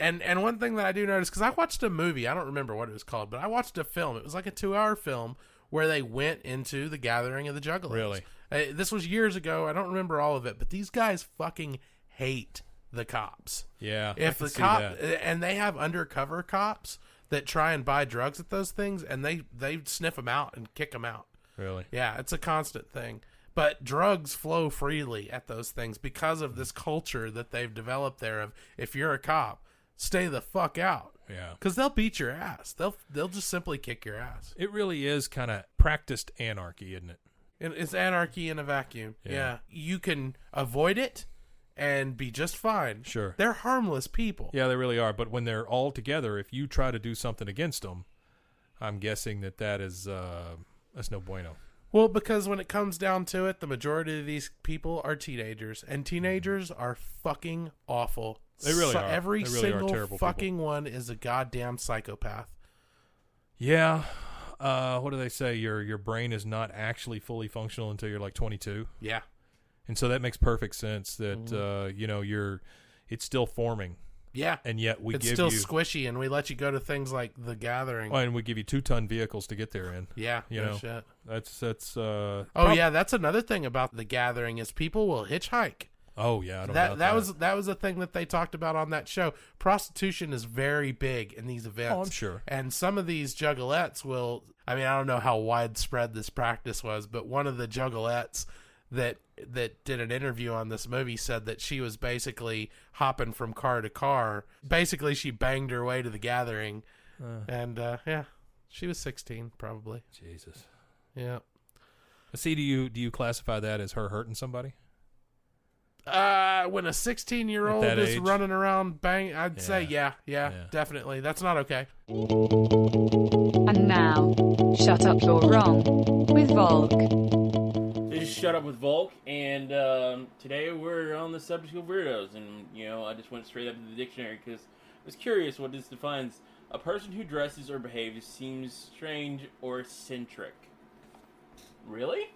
and and one thing that i do notice because i watched a movie i don't remember what it was called but i watched a film it was like a two hour film where they went into the gathering of the juggalos
Really?
Uh, this was years ago i don't remember all of it but these guys fucking hate the cops
Yeah. I
if
can
the
see
cop uh,
that.
and they have undercover cops that try and buy drugs at those things and they they sniff them out and kick them out
Really?
yeah, it's a constant thing. But drugs flow freely at those things because of this culture that they've developed there of if you're a cop, stay the fuck out.
Yeah.
Cuz they'll beat your ass. They'll they'll just simply kick your ass.
It really is kind of practiced anarchy, isn't it?
It- It's anarchy in a vacuum.
Yeah.
Yeah. You can avoid it and be just fine.
Sure.
They're harmless people.
Yeah, they really are. But when they're all together, if you try to do something against them, I'm guessing that that is, uh, that's no bueno.
Well, because when it comes down to it, the majority of these people are teenagers, and teenagers are fucking awful.
Mm-hmm. They really
So-
are.
Every
They really are
single
terrible
fucking one is a goddamn psychopath.
Yeah. Uh, what do they say? Your your brain is not actually fully functional until you're like 22.
Yeah.
And so that makes perfect sense that,
Mm-hmm.
uh, you know, you're, it's still forming.
Yeah.
And yet we
it's
give
still
you. Oh,
squishy, and we let you go to things like the gathering.
Well, and we give you two ton vehicles to get there in.
yeah.
you
no
know.
shit.
That's that's. uh
Oh
prob-
yeah, that's another thing about the gathering is people will hitchhike.
Oh yeah. I
That
don't
that,
doubt
was that was a thing that they talked about on that show. Prostitution is very big in these events.
Oh, I'm sure.
And some of these juggalettes will. I mean, I don't know how widespread this practice was, but one of the juggalettes that that did an interview on this movie said that she was basically hopping from car to car. Basically, she banged her way to the gathering, and uh, yeah, she was sixteen probably.
Jesus.
Yeah.
See, do you do you classify that as her hurting somebody?
Uh, when a 16 year old
At that
is
age?
running around bang, I'd say
Yeah.
yeah, yeah,
Yeah.
definitely. That's not okay.
And now, shut up, you're wrong. With Volk.
This is Shut Up with Volk, and um, today we're on the subject of weirdos. And you know, I just went straight up to the dictionary because I was curious what this defines. A person who dresses or behaves seems strange or eccentric. Really?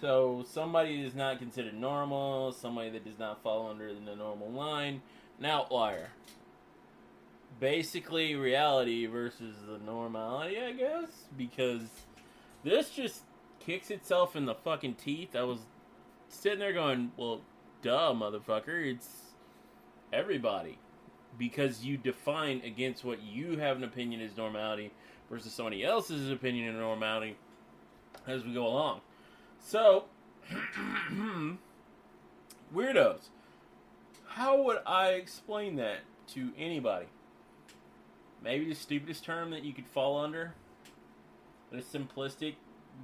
So somebody is not considered normal, somebody that does not fall under the normal line, an outlier. Basically, reality versus the normality, I guess, because this just kicks itself in the fucking teeth. I was sitting there going, well, duh, motherfucker. It's everybody. Because you define against what you have an opinion as normality versus somebody else's opinion of normality as we go along. So, weirdos. How would I explain that to anybody? Maybe the stupidest term that you could fall under? The simplistic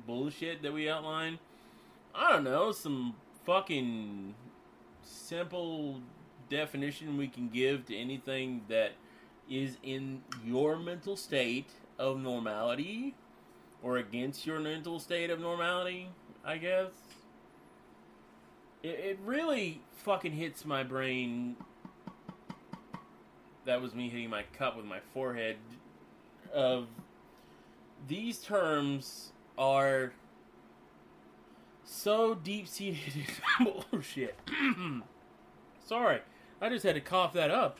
bullshit that we outline. I don't know, some fucking simple definition we can give to anything that is in your mental state of normality or against your mental state of normality, I guess. It, it really fucking hits my brain. That was me hitting my cup with my forehead. Of these terms are so deep seated bullshit. Sorry, I just had to cough that up.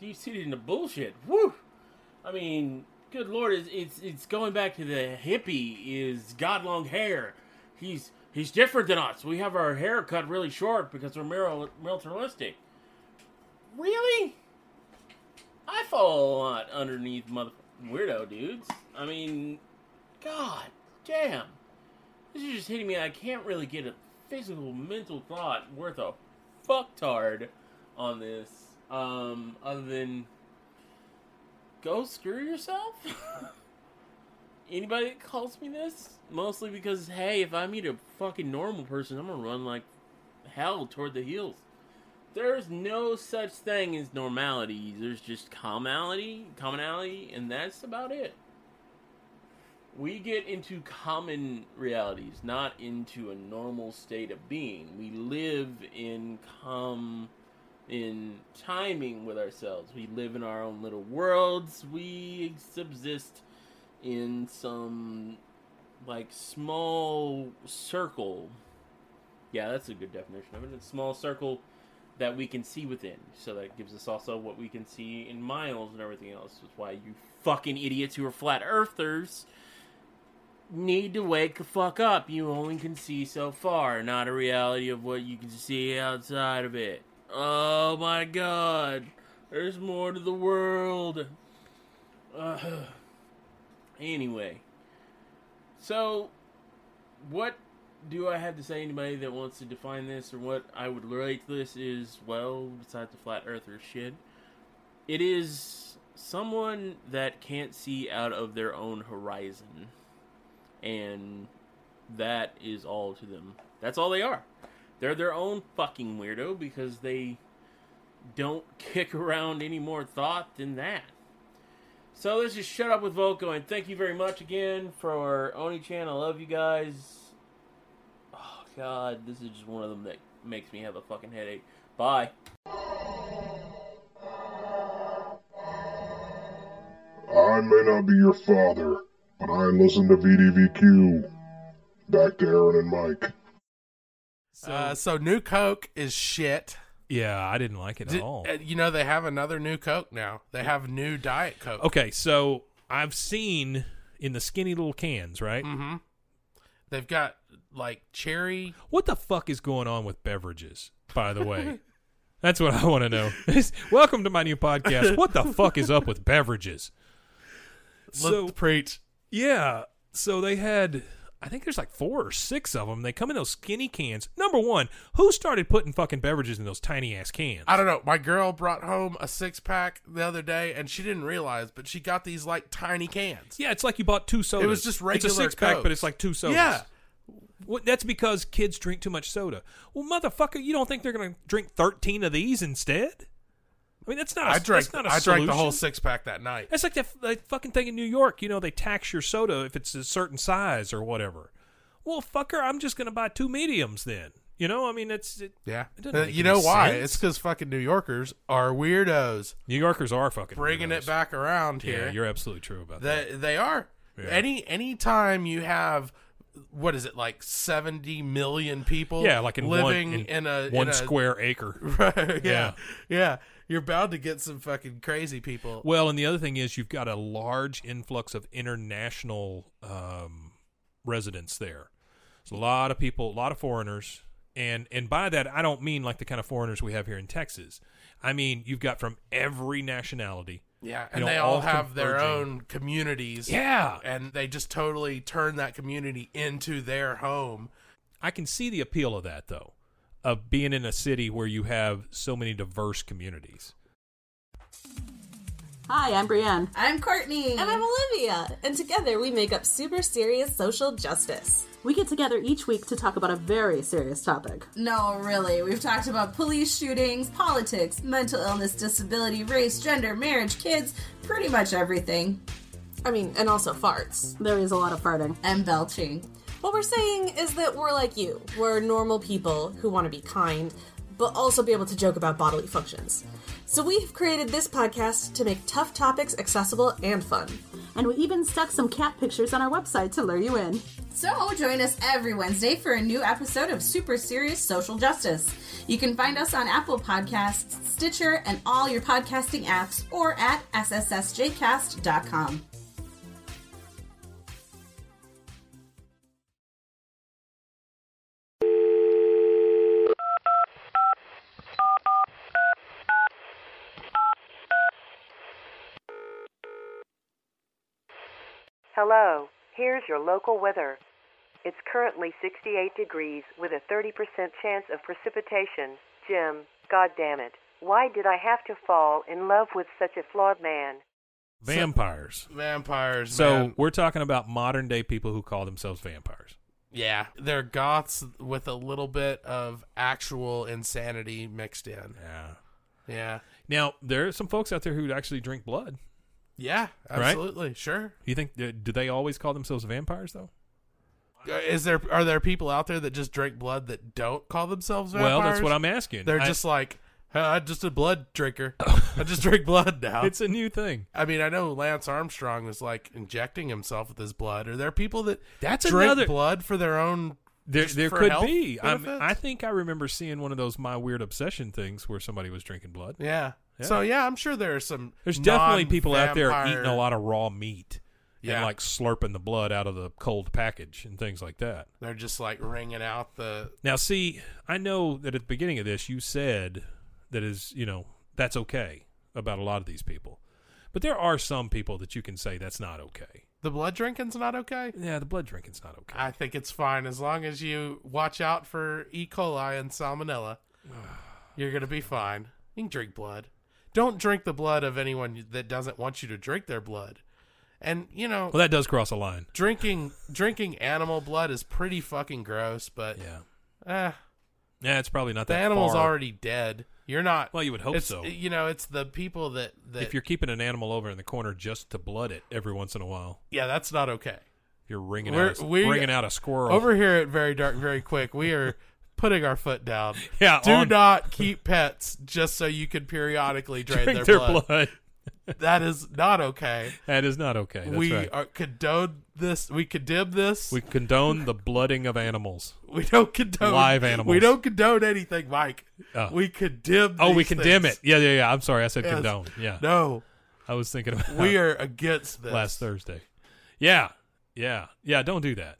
Deep seated in the bullshit. Woo! I mean, good lord, it's, it's it's going back to the hippie is god long hair. He's he's different than us. We have our hair cut really short because we're mil- militaristic. Really? I fall a lot underneath mother weirdo dudes. I mean, God damn. This is just hitting me. I can't really get a physical, mental thought worth a fucktard on this. Um, other than go screw yourself? Anybody that calls me this? Mostly because, hey, if I meet a fucking normal person, I'm gonna run like hell toward the heels. There's no such thing as normality. There's just commonality, commonality, and that's about it we get into common realities, not into a normal state of being. We live in com in timing with ourselves. We live in our own little worlds. We subsist in some like small circle. Yeah, that's a good definition of it. It's a small circle that we can see within. So that gives us also what we can see in miles and everything else. That's why you fucking idiots who are flat earthers need to wake the fuck up. You only can see so far, not a reality of what you can see outside of it. Oh my god, there's more to the world. Ugh. anyway, so what do I have to say? to Anybody that wants to define this or what I would relate to this is well, besides the flat earther shit, it is someone that can't see out of their own horizon and that is all to them. That's all they are. They're their own fucking weirdo because they don't kick around any more thought than that. So this is Shut Up with Volko, and thank you very much again for Oni Chan. I love you guys. Oh god, this is just one of them that makes me have a fucking headache. Bye.
I may not be your father, but I listen to VDVQ. Back to Aaron and Mike.
So, uh, so new Coke is shit.
Yeah, I didn't like it
Did-
at all.
uh, you know they have another new Coke now. They have new Diet Coke.
Okay, so I've seen in the skinny little cans, right?
Mm-hmm. They've got like cherry.
What the fuck is going on with beverages, by the way? That's what I want to know. Welcome to my new podcast. What the fuck is up with beverages?
Look, preach.
Yeah. So they had I think there's like four or six of them. They come in those skinny cans. Number one, who started putting fucking beverages in those tiny ass cans?
I don't know. My girl brought home a six pack the other day, and she didn't realize, but she got these like tiny cans.
Yeah, it's like you bought two sodas.
It was just regular
It's a six pack, but
Cokes.
it's like two sodas.
Yeah.
Well, that's because kids drink too much soda. Well, motherfucker, you don't think they're going to drink thirteen of these instead? I mean, that's not. A,
I drank.
That's not a
I drank the whole
solution.
six pack that night.
That's like that, f- that fucking thing in New York. You know, they tax your soda if it's a certain size or whatever. Well, fucker, I'm just going to buy two mediums then. You know, I mean, it's it,
Yeah,
It doesn't
Uh,
make
you
any
know why?
sense.
It's because fucking New Yorkers are weirdos.
New Yorkers are fucking
Bringing
weirdos.
it back around
Yeah,
here.
you're absolutely true about that.
They they are.
Yeah.
Any any time you have what is it like seventy million people?
Yeah, like in
living
one, in,
in, a
one
in a-
square acre.
Right, yeah,
Yeah.
yeah. You're bound to get some fucking crazy people.
Well, and the other thing is you've got a large influx of international um, residents there. It's a lot of people, a lot of foreigners, and and by that I don't mean like the kind of foreigners we have here in Texas. I mean you've got from every nationality.
yeah,
you
and
know,
they all have their
converging.
own communities.
Yeah.
and they just totally turn that community into their home.
I can see the appeal of that though, of being in a city where you have so many diverse communities.
Hi, I'm Brienne.
I'm Courtney.
And I'm Olivia. And together we make up Super Serious Social Justice. We get together each week to talk about a very serious topic.
No, really. We've talked about police shootings, politics, mental illness, disability, race, gender, marriage, kids, pretty much everything.
I mean, and also farts. There is a lot of farting.
And belching.
What we're saying is that we're like you. We're normal people who want to be kind, but also be able to joke about bodily functions. So we've created this podcast to make tough topics accessible and fun.
And we even stuck some cat pictures on our website to lure you in. So join us every Wednesday for a new episode of Super Serious Social Justice. You can find us on Apple Podcasts, Stitcher, and all your podcasting apps, or at sssjcast.com.
Hello, here's your local weather. It's currently 68 degrees with a 30% chance of precipitation. Jim, goddamn it. Why did I have to fall in love with such a flawed man?
Vampires.
Vampires.
So
man.
we're talking about modern day people who call themselves vampires.
Yeah, they're goths with a little bit of actual insanity mixed in.
Yeah,
yeah,
Now there are some folks out there who actually drink blood.
yeah.
Right?
Absolutely, sure.
You think uh, do they always call themselves vampires though?
Uh, Is there are there people out there that just drink blood that don't call themselves vampires?
Well, that's what I'm asking.
They're
I-
just like, "Huh, I'm just a blood drinker. I just drink blood now.
It's a new thing.
I mean, I know Lance Armstrong was like injecting himself with his blood. Are there people that
That's
drink
another-
blood for their own?
There,
just
there
for
could
health
be. I'm,
benefits?
I think I remember seeing one of those my weird obsession things where somebody was drinking blood.
Yeah. So yeah, I'm sure there are some.
There's definitely people out there
non-vampire-
eating a lot of raw meat and
Yeah.
like slurping the blood out of the cold package and things like that.
They're just like wringing out the.
Now, see, I know that at the beginning of this, you said that is, you know, that's okay about a lot of these people. But there are some people that you can say that's not okay.
The blood drinking's not okay.
Yeah, the blood drinking's not okay.
I think it's fine as long as you watch out for E. coli and salmonella. You're gonna be fine. You can drink blood. Don't drink the blood of anyone that doesn't want you to drink their blood. And you know,
Well, that does cross a line.
drinking drinking animal blood is pretty fucking gross. But
yeah,
eh,
Yeah, it's probably not
the
that
animal's
far.
already dead. You're not.
Well, you would hope
it's-
so.
You know, it's the people that that
if you're keeping an animal over in the corner just to blood it every once in a while,
yeah, that's not okay.
you're wringing
We're-
out a,
we-
wringing out a squirrel.
Over here at Very Dark, Very Quick, we are putting our foot down.
Yeah,
Do
on-
not keep pets just so you can periodically drain
Drink
their,
their
blood.
blood.
that is not okay.
that is not okay. That's
we
right.
are, condone this. We condemn this.
we condone the blooding of animals.
We don't condone
live animals.
We don't condone anything, Mike.
Oh.
We condemn.
Oh, we
these
condemn
things.
it. Yeah, yeah, yeah. I'm sorry, I said
Yes.
condone. Yeah,
No,
I was thinking about
we are against this.
last Thursday. Yeah, yeah, yeah. Don't do that.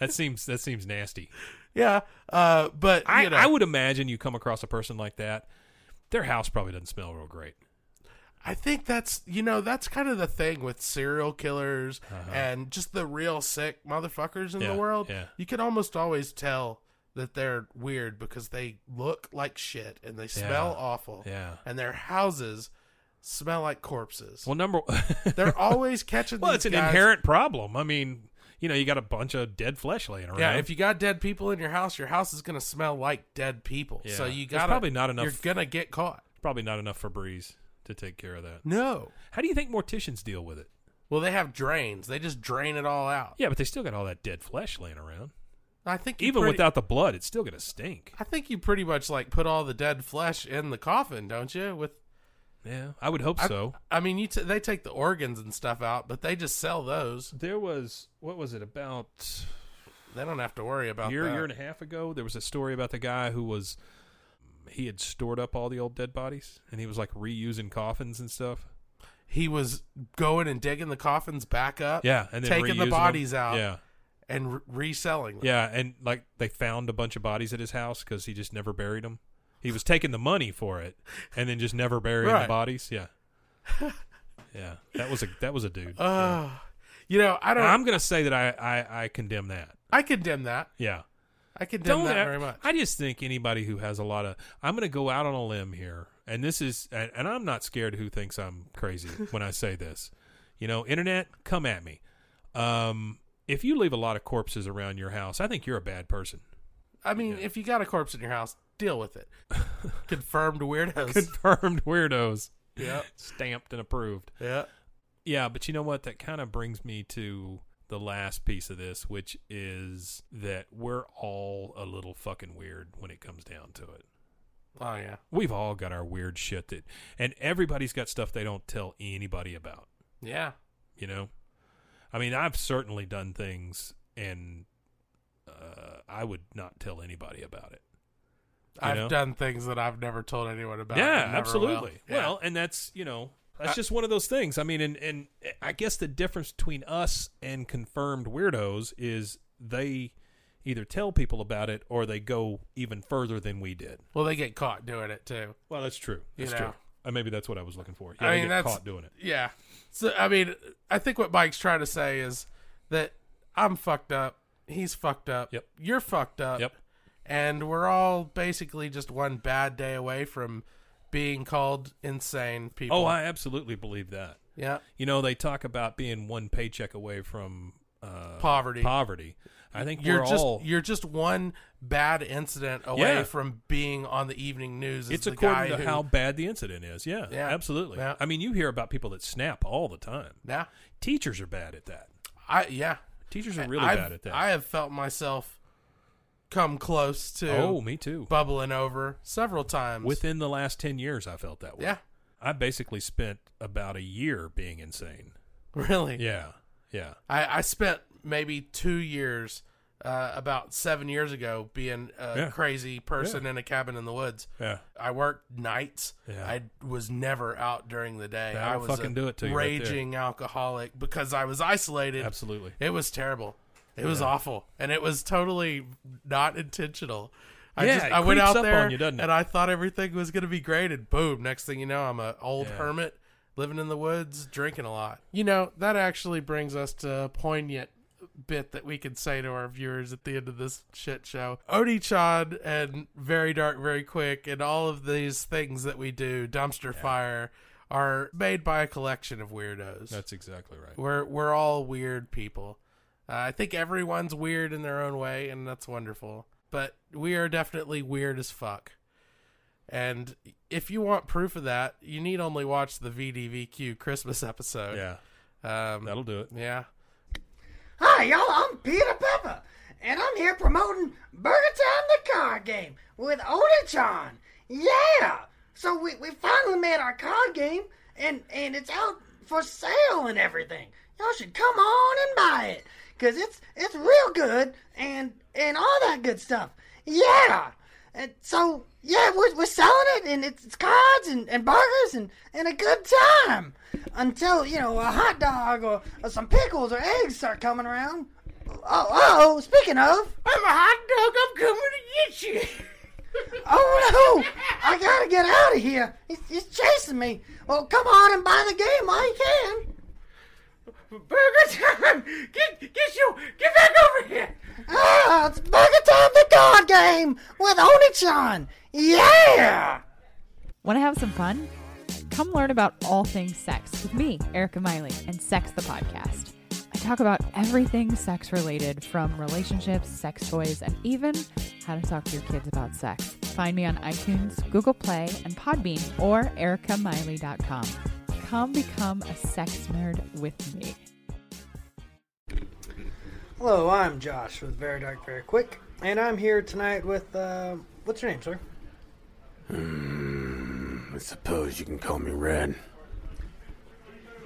That seems that seems nasty.
Yeah, uh, but
I,
you know,
I would imagine you come across a person like that, their house probably doesn't smell real great.
I think that's you know that's kind of the thing with serial killers and just the real sick motherfuckers in
Uh-huh. Yeah,
the world.
yeah.
You can almost always tell that they're weird because they look like shit and they smell
Yeah,
awful.
yeah.
and their houses smell like corpses.
Well, number
they're always catching.
well,
these
it's an
guys-
inherent problem. I mean, you know, you got a bunch of dead flesh laying around.
Yeah, if you got dead people in your house, your house is gonna smell like dead people. So
Yeah.
you
There's
got
probably not enough.
You're gonna get caught.
Probably not enough Febreze to take care of that.
No.
How do you think morticians deal with it?
Well, they have drains. They just drain it all out.
Yeah, but they still got all that dead flesh laying around.
I think you
even
pretty-
without the blood, it's still going to stink.
I think you pretty much like put all the dead flesh in the coffin, don't you? With
Yeah, I would hope so.
I mean, you t- they take the organs and stuff out, but they just sell those.
There was what was it about?
They don't have to worry about
year
that.
year and a half ago there was a story about the guy who was he had stored up all the old dead bodies and he was like reusing coffins and stuff
he was going and digging the coffins back up.
yeah and then
taking the
reusing 'em.
bodies out.
yeah
and re- reselling them.
yeah and like they found a bunch of bodies at his house because he just never buried them he was taking the money for it and then just never burying
Right.
the bodies yeah yeah that was a that was a dude Yeah.
Uh, you know, I don't.
i'm gonna say that i i, I condemn that
I condemn that.
yeah
I condemn that
ev-
very much.
I just think anybody who has a lot of, I'm going to go out on a limb here, and this is, and, and I'm not scared who thinks I'm crazy when I say this. You know, internet, come at me. Um, if you leave a lot of corpses around your house, I think you're a bad person.
I mean, if you got a corpse in your house, deal with it. Confirmed weirdos.
Confirmed weirdos.
Yep.
Stamped and approved.
Yeah.
Yeah, but you know what? That kind of brings me to the last piece of this, which is that we're all a little fucking weird when it comes down to it.
Oh yeah.
We've all got our weird shit that, and everybody's got stuff they don't tell anybody about.
Yeah.
You know, I mean, I've certainly done things, and uh, I would not tell anybody about it. You
I've
know?
done things that I've never told anyone about. and
yeah,
never will.
absolutely.
Yeah.
Well, and that's you know that's
I-
just one of those things. I mean, and and I guess the difference between us and confirmed weirdos is they either tell people about it or they go even further than we did.
Well, they get caught doing it too.
Well, that's true.
You
That's
know.
true. Uh, maybe that's what I was looking for. Yeah,
I
they
mean,
get
that's
caught doing it.
Yeah. So I mean, I think what Mike's trying to say is that I'm fucked up. He's fucked up. Yep. You're fucked up.
Yep.
And we're all basically just one bad day away from being called insane people.
Oh, I absolutely believe that.
Yeah.
You know, they talk about being one paycheck away from uh,
Poverty.
Poverty. I think
you're
we're
just
all.
you're just one bad incident away
Yeah.
from being on the evening news. as
It's
the
according
guy
to
who-
how bad the incident is. Yeah.
Yeah.
Absolutely.
Yeah.
I mean, you hear about people that snap all the time.
Yeah.
Teachers are bad at that.
I yeah.
Teachers are really
I've-
bad at that.
I have felt myself come close to
Oh, me too.
bubbling over several times.
Within the last 10 years, I felt that way.
Yeah.
I basically spent about a year being insane.
Really?
Yeah. Yeah.
I, I spent maybe two years, uh, about seven years ago, being a
Yeah.
crazy person in a cabin in the woods.
Yeah.
I worked nights.
Yeah.
I was never out during the day.
That'll
I was
fucking
a
do it to you right there.
raging alcoholic because I was isolated.
Absolutely.
It was terrible. It was
Yeah.
awful, and it was totally not intentional. I
Yeah,
just
it
I went
creeps
out
up
there
on you, doesn't it?
and I thought everything was going to be great, and boom! Next thing you know, I'm an old
Yeah.
hermit living in the woods, drinking a lot. You know that actually brings us to a poignant bit that we can say to our viewers at the end of this shit show. Odie Chan and Very Dark, Very Quick, and all of these things that we do, dumpster fire, are made by a collection of weirdos.
That's exactly right.
We're we're all weird people. Uh, I think everyone's weird in their own way, and that's wonderful. But we are definitely weird as fuck. And if you want proof of that, you need only watch the VDVQ Christmas episode.
Yeah.
um,
that'll do it.
Yeah,
Hi, y'all. I'm Peter Pepper, and I'm here promoting Burger Time the Card Game with Odachan. Yeah. So we, we finally made our card game, and and it's out for sale and everything. Y'all should come on and buy it, cause it's it's real good and and all that good stuff. Yeah. And so yeah, we're, we're selling it, and it's, it's cards and, and burgers and, and a good time until you know a hot dog or, or some pickles or eggs start coming around. Oh, oh! Speaking of, I'm a hot dog. I'm coming to get you. Oh no! I gotta get out of here. He's, he's chasing me. Well, come on and buy the game while you can. Burger time! Get get you get back over here! Ah, it's burger time the card game with Onichan. Yeah!
Want to have some fun? Come learn about all things sex with me, Erica Miley, and Sex the Podcast. I talk about everything sex related from relationships, sex toys, and even how to talk to your kids about sex. Find me on iTunes, Google Play, and Podbean or ericamiley.com. Come become a sex nerd with me.
Hello, I'm Josh with Very Dark Very Quick, and I'm here tonight with uh, what's your name, sir?
Hmm, I suppose you can call me Red.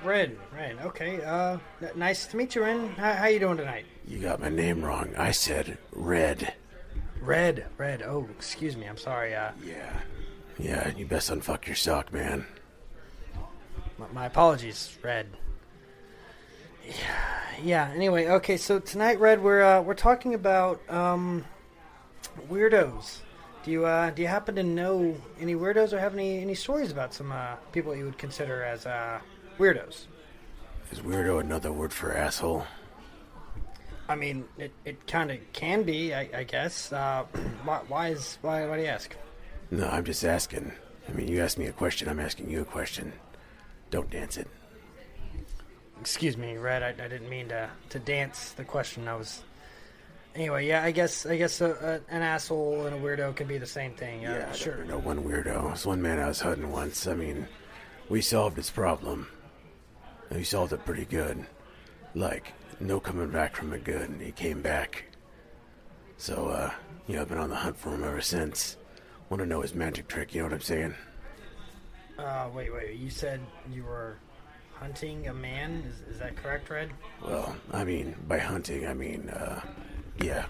Ren. Ren. Okay. Uh, n- nice to meet you, Ren. How, how you doing tonight?
You got my name wrong. I said Red.
Red. Red. Oh, excuse me. I'm sorry. Uh,
yeah. Yeah, you best unfuck your sock, man.
My, my apologies, Red. Yeah. Yeah. Anyway. Okay. So tonight, Red, we're uh, we're talking about um, weirdos. Do you uh, do you happen to know any weirdos or have any any stories about some uh, people you would consider as uh, weirdos?
Is weirdo another word for asshole?
I mean, it, it kind of can be, I, I guess. Uh, why, why is why why do you ask?
No, I'm just asking. I mean, you asked me a question, I'm asking you a question. Don't dance it.
Excuse me, Red. I, I didn't mean to, to dance the question. I was. Anyway, yeah, I guess I guess a, a, an asshole and a weirdo can be the same thing. Uh,
I
sure.
don't know one weirdo. This one man I was hunting once. I mean, we solved his problem. And We solved it pretty good. Like, no coming back from it good. He came back. So, uh, you know, I've been on the hunt for him ever since. Want to know his magic trick, you know what I'm saying?
Uh, wait, wait. You said you were hunting a man. Is, is that correct, Red?
Well, I mean, by hunting, I mean, uh, yeah.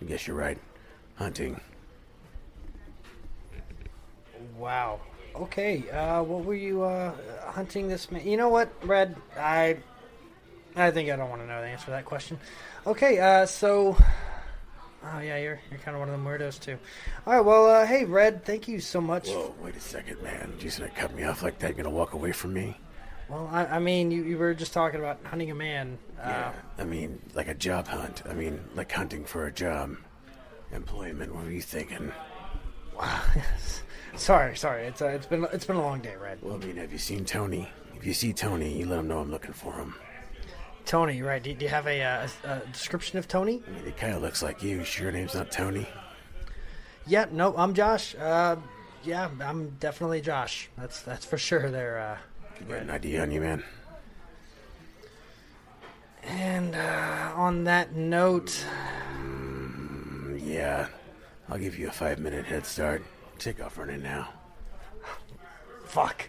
I guess you're right. Hunting.
Wow. Okay. Uh, what were you uh, hunting this man? You know what, Red? I, I think I don't want to know the answer to that question. Okay. Uh, so, oh yeah, you're you're kind of one of them weirdos too. All right. Well, uh, hey, Red. Thank you so much.
Whoa, wait a second, man. You gonna cut me off like that? You gonna walk away from me?
Well, I, I mean, you, you were just talking about hunting a man. Uh,
Yeah. I mean, like a job hunt. I mean, like hunting for a job. Employment. What were you thinking?
Sorry, sorry. It's uh, it's been it's been a long day, Red.
Well, I mean, have you seen Tony? If you see Tony, you let him know I'm looking for him.
Tony, right? Do, do you have a, uh, a, a description of Tony?
I mean, he kind of looks like you. You Sure, your name's not Tony.
Yeah. No, I'm Josh. Uh, yeah, I'm definitely Josh. That's that's for sure. There. Uh,
Got an idea on you, man.
And uh, on that note,
Mm, Yeah. I'll give you a five minute head start. Take off running now.
Fuck.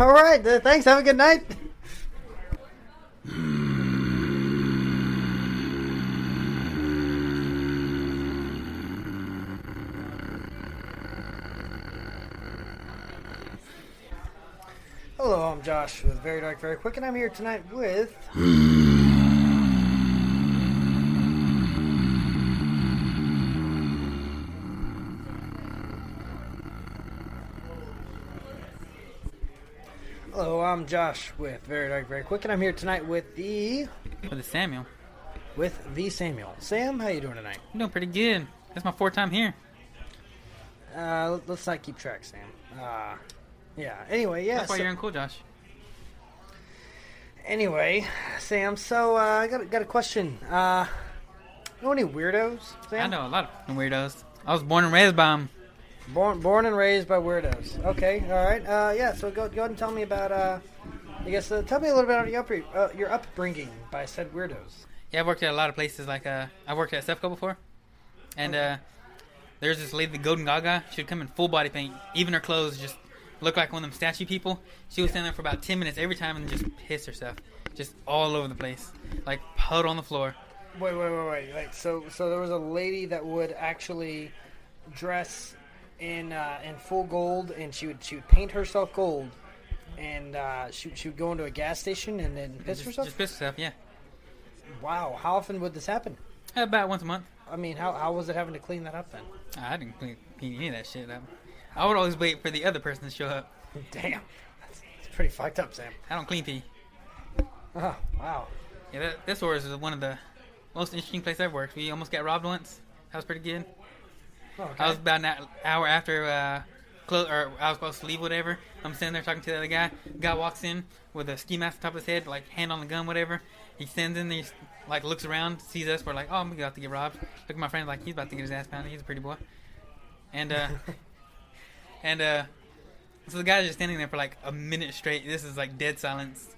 all right. uh, Thanks. Have a good night. Hello, I'm Josh with Very Dark Very Quick, and I'm here tonight with. Hello, I'm Josh with Very Dark Very Quick, and I'm here tonight with the
With Samuel.
with the Samuel. Sam, how you doing tonight?
I'm doing pretty good. That's my fourth time here.
Uh, let- let's not keep track, Sam. Uh, yeah. Anyway, yeah.
That's why
so-
you're in cool, Josh.
Anyway, Sam. So uh, I got a- got a question. Uh, know any weirdos,
I
Sam?
know a lot of fucking weirdos. I was born and raised by 'em.
Born born and raised by weirdos. Okay. All right. Uh, yeah. So go go ahead and tell me about. Uh, I guess uh, tell me a little bit about your upbringing, uh, your upbringing by said weirdos.
Yeah, I've worked at a lot of places. Like uh, I worked at Sefco before, and uh, there's this lady, the Golden Gaga. She'd come in full body paint, even her clothes just looked like one of them statue people. She would stand there for about ten minutes every time and just piss herself, just all over the place, like puddle on the floor.
Wait, wait, wait, wait. Like, so, so there was a lady that would actually dress in uh, in full gold, and she would she would paint herself gold, and uh, she she would go into a gas station and then piss
just,
herself.
Just piss herself. Yeah,
Wow, how often would this happen?
Uh, about once a month.
I mean, how, how was it having to clean that up then?
I didn't clean, clean any of that shit up. I would always wait for the other person to show up.
Damn. It's pretty fucked up, Sam.
I don't clean pee.
Oh, wow.
Yeah, that, this store is one of the most interesting places I've worked. We almost got robbed once. That was pretty good.
Oh, okay.
I was about an hou- hour after uh, clo- or I was supposed to leave, whatever. I'm sitting there talking to the other guy. Guy walks in with a ski mask on top of his head, like hand on the gun, whatever. He stands in there, he's, like looks around, sees us. We're like, oh, I'm about to get robbed. Look at my friend, like he's about to get his ass pounded. He's a pretty boy. And uh, and uh, so the guy's just standing there for like a minute straight. This is like dead silence.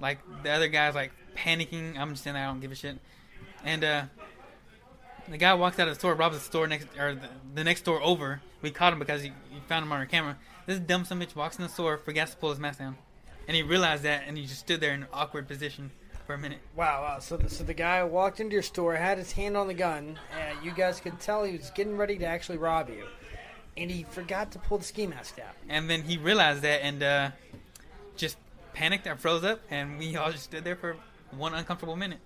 Like the other guy's like panicking. I'm just standing there. I don't give a shit. And uh, the guy walks out of the store, robs the store next or the, the next store over. We caught him because he, he found him on our camera. This dumb son of a bitch walks in the store, forgets to pull his mask down, and he realized that, and he just stood there in an awkward position for a minute.
Wow, wow. So the, so the guy walked into your store, had his hand on the gun, and you guys could tell he was getting ready to actually rob you. And he forgot to pull the ski mask out.
And then he realized that and uh, just panicked and froze up, and we all just stood there for one uncomfortable minute.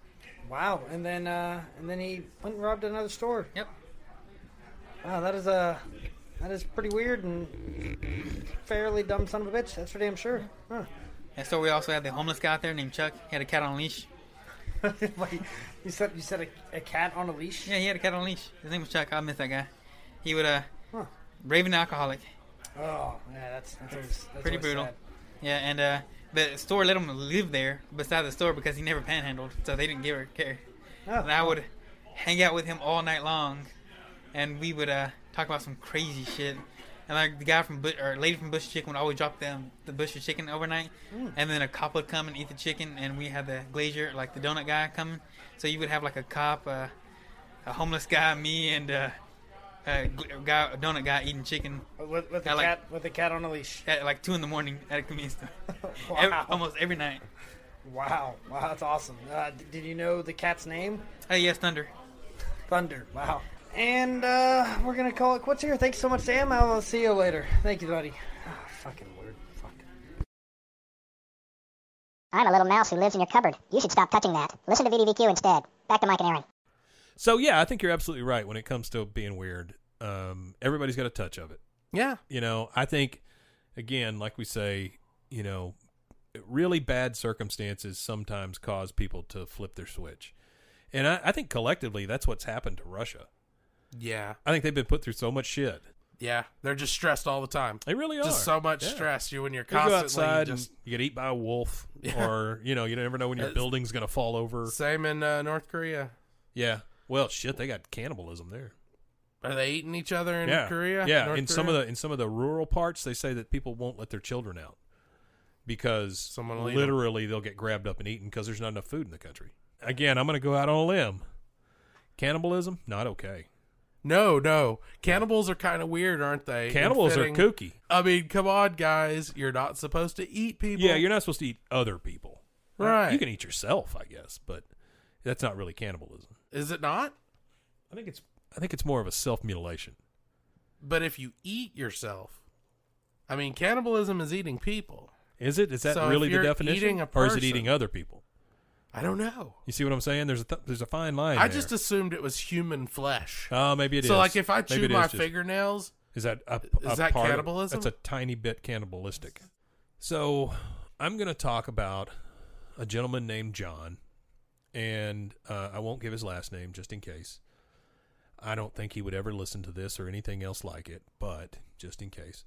Wow. And then uh, and then he went and robbed another store.
Yep.
Wow, that is uh, that is pretty weird and fairly dumb son of a bitch. That's for damn sure. Huh.
And so we also had the homeless guy out there named Chuck. He had a cat on a leash.
Wait, you said you said a, a cat on a leash?
Yeah, he had a cat on a leash. His name was Chuck. I miss that guy. He would uh, raving alcoholic.
Oh, yeah, that's that's, always, that's
pretty
always
brutal.
sad.
Yeah, and uh, the store let him live there beside the store because he never panhandled, so they didn't give a care. and I would hang out with him all night long, and we would uh, talk about some crazy shit. And like the guy from but- or lady from Bush Chicken would always drop them the Bush's chicken overnight,
Mm.
and then a cop would come and eat the chicken, and we had the glazier like the donut guy coming. So you would have like a cop, uh, a homeless guy, me, and uh, a gl- guy, a donut guy eating chicken
With, with a
Yeah, like-
cat with a cat on a leash.
at like two in the morning at a convenience store.
Wow.
Every- almost every night.
Wow, wow, that's awesome. Uh, d- did you know the cat's name?
Hey, yes, Thunder.
Thunder. Wow. And uh, we're gonna call it quits here. Thanks so much, Sam. I'll see you later. Thank you, buddy. Ah, fucking word.
I'm a little mouse who lives in your cupboard. You should stop touching that. Listen to VDVQ instead. Back to Mike and Aaron.
So yeah, I think you're absolutely right when it comes to being weird. Um, everybody's got a touch of it.
Yeah.
You know, I think again, like we say, you know, really bad circumstances sometimes cause people to flip their switch, and I, I think collectively that's what's happened to Russia.
Yeah.
I think they've been put through so much shit.
Yeah. They're just stressed all the time.
They really
Just
are.
so much
Yeah.
stress. You when you're
You go
constantly
outside and
just
you get eat by a wolf,
Yeah.
or you know, you never know when your
It's-
building's going to fall over.
same in uh, North Korea.
Yeah. Well, shit, they got cannibalism there.
Are they eating each other in
yeah.
Korea?
Yeah,
North
in some of
Korea?
the in some of the rural parts, they say that people won't let their children out because someone
will eat 'em.
literally they'll get grabbed up and eaten because there's not enough food in the country. Again, I'm going to go out on a limb. Cannibalism, not okay.
No, no. Cannibals are kind of weird, aren't they?
Cannibals are
Fitting-
kooky.
I mean, come on, guys. You're not supposed to eat people.
Yeah, you're not supposed to eat other people. Uh,
Right.
You can eat yourself, I guess, but that's not really cannibalism.
Is it not?
I think it's. I think it's more of a self mutilation.
But if you eat yourself, I mean, cannibalism is eating people.
Is it? Is that
So if
really the
you're
definition,
eating a
or is it
person-
eating other people?
I don't know.
You see what I'm saying? There's a th- there's a fine line.
I
there.
just assumed it was human flesh.
Oh, maybe it is.
so like, if I
Maybe
chew
it is
my
just-
fingernails,
is that a, a
is that
part of-
cannibalism?
that's a tiny bit cannibalistic. So, I'm going to talk about a gentleman named John, and uh, I won't give his last name just in case. I don't think he would ever listen to this or anything else like it, but just in case.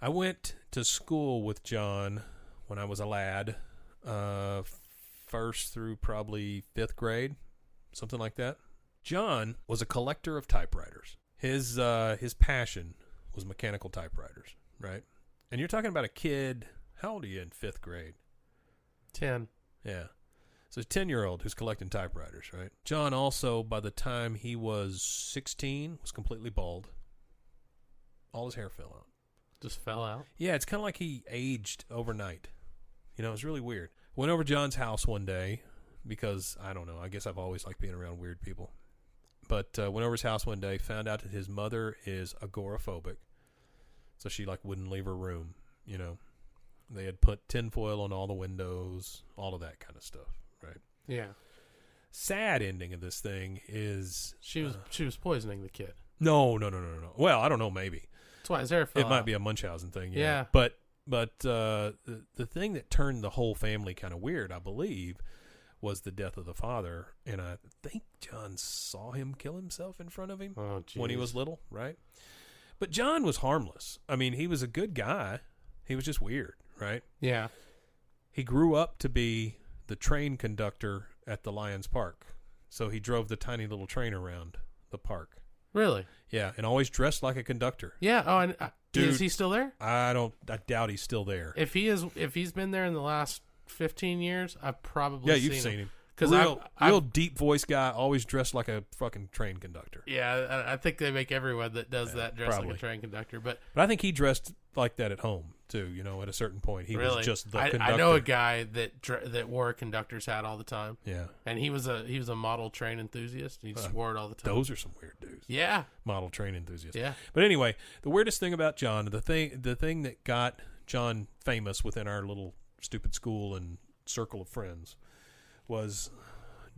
I went to school with John when I was a lad, uh, first through probably fifth grade, something like that. John was a collector of typewriters. His uh, his passion was mechanical typewriters, right? And you're talking about a kid. How old are you in fifth grade?
Ten.
Yeah. So, 10 year old who's collecting typewriters, right? John also, by the time he was 16, was completely bald. All his hair fell out.
Just fell out.
Yeah, it's kind of like he aged overnight. You know, it's really weird. Went over to John's house one day because I don't know. I guess I've always liked being around weird people. But uh, went over his house one day, found out that his mother is agoraphobic, so she like wouldn't leave her room. You know, they had put tinfoil on all the windows, all of that kind of stuff, right?
Yeah.
sad ending of this thing is
She was she was poisoning the kid.
no, no, no, no, no, no. Well, I don't know. Maybe
That's why his hair fell
It might
out.
be a Munchausen thing. Yeah.
Yeah.
But but uh, the the thing that turned the whole family kind of weird, I believe, was the death of the father, and I think John saw him kill himself in front of him when he
jeez.
was little, right? But John was harmless. I mean, he was a good guy. He was just weird, right?
Yeah.
He grew up to be the train conductor at the Lions Park. So he drove the tiny little train around the park.
Really?
Yeah, and always dressed like a conductor.
Yeah. Oh, and uh, is he still there?
I don't. I doubt he's still there.
If he is, if he's been there in the last fifteen years, I've probably
yeah, you've
seen,
seen him.
because I
real, real deep voice guy, always dressed like a fucking train conductor.
yeah, I, I think they make everyone that does that dress like
probably.
a train conductor. But
But I think he dressed like that at home too. You know, at a certain point, he
really,
was just the
I,
conductor.
I know a guy that dr- that wore a conductor's hat all the time.
Yeah.
and he was a he was a model train enthusiast. And he just
Uh,
wore it all the time.
Those are some weird dudes.
Yeah.
model train enthusiasts.
Yeah.
but anyway, the weirdest thing about John, the thing, the thing that got John famous within our little stupid school and circle of friends, was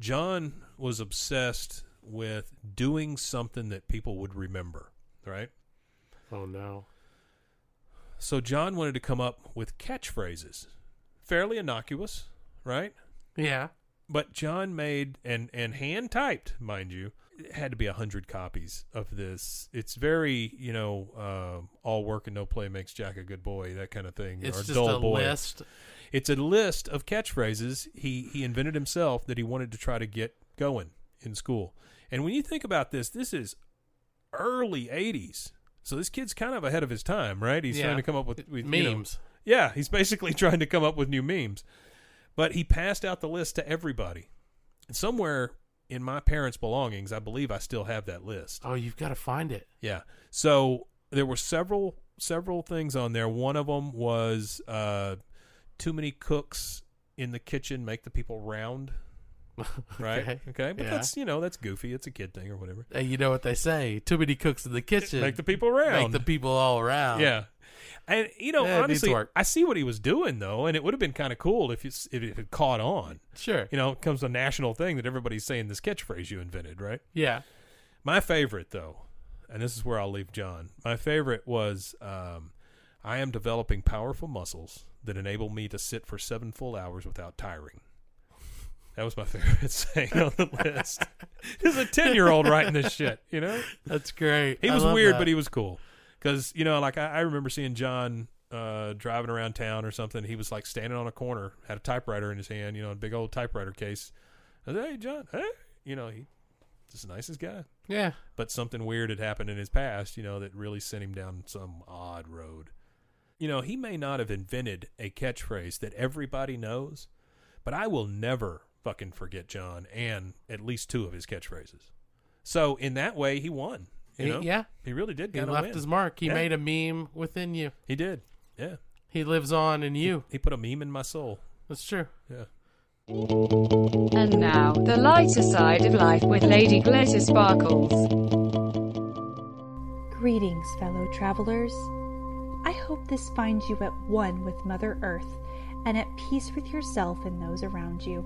John was obsessed with doing something that people would remember. Right.
Oh no.
So John wanted to come up with catchphrases, fairly innocuous, right?
Yeah.
But John made and and hand typed, mind you, it had to be a hundred copies of this. It's very you know uh, all work and no play makes Jack a good boy, that kind of thing.
It's
or
just
dull
a
boy.
list.
It's a list of catchphrases he he invented himself that he wanted to try to get going in school. And when you think about this, this is early '80s, so this kid's kind of ahead of his time, right? He's
Yeah.
trying to come up with, with you know-
Memes.
yeah, he's basically trying to come up with new memes. But he passed out the list to everybody. And somewhere in my parents' belongings, I believe I still have that list.
Oh, you've got to find it.
Yeah. So there were several several things on there. One of them was uh, too many cooks in the kitchen make the people round. Right.
Okay.
okay. But
Yeah.
that's you know that's goofy. It's a kid thing or whatever.
Hey, you know what they say? Too many cooks in the kitchen
Make the people round.
Make the people all round.
Yeah. And you know,
Yeah, it needs
honestly,
to work.
I see what he was doing though, and it would have been kind of cool if it's, if it had caught on.
Sure.
You know, it comes a national thing that everybody's saying this catchphrase you invented, right?
Yeah.
My favorite though, and this is where I'll leave John. My favorite was um, I am developing powerful muscles that enable me to sit for seven full hours without tiring. That was my favorite saying on the list. this is a ten-year-old writing this shit. You know,
That's great.
He
I
was
love
weird,
that.
but he was cool. Because you know, like I, I remember seeing John uh, driving around town or something. He was like standing on a corner, had a typewriter in his hand, you know, a big old typewriter case. I said, hey, John, hey, you know, he just the nicest guy.
Yeah.
But something weird had happened in his past, you know, that really sent him down some odd road. You know, he may not have invented a catchphrase that everybody knows, but I will never fucking forget John and at least two of his catchphrases. So in that way, he won. You
He-
know?
yeah.
he really did.
He
kinda
left
win.
his mark. He
Yeah.
made a meme within you.
He did. Yeah.
He lives on in you.
He, put a meme in my soul.
That's true.
Yeah.
And now, the lighter side of life with Lady Glitter Sparkles.
Greetings, fellow travelers. I hope this finds you at one with Mother Earth and at peace with yourself and those around you.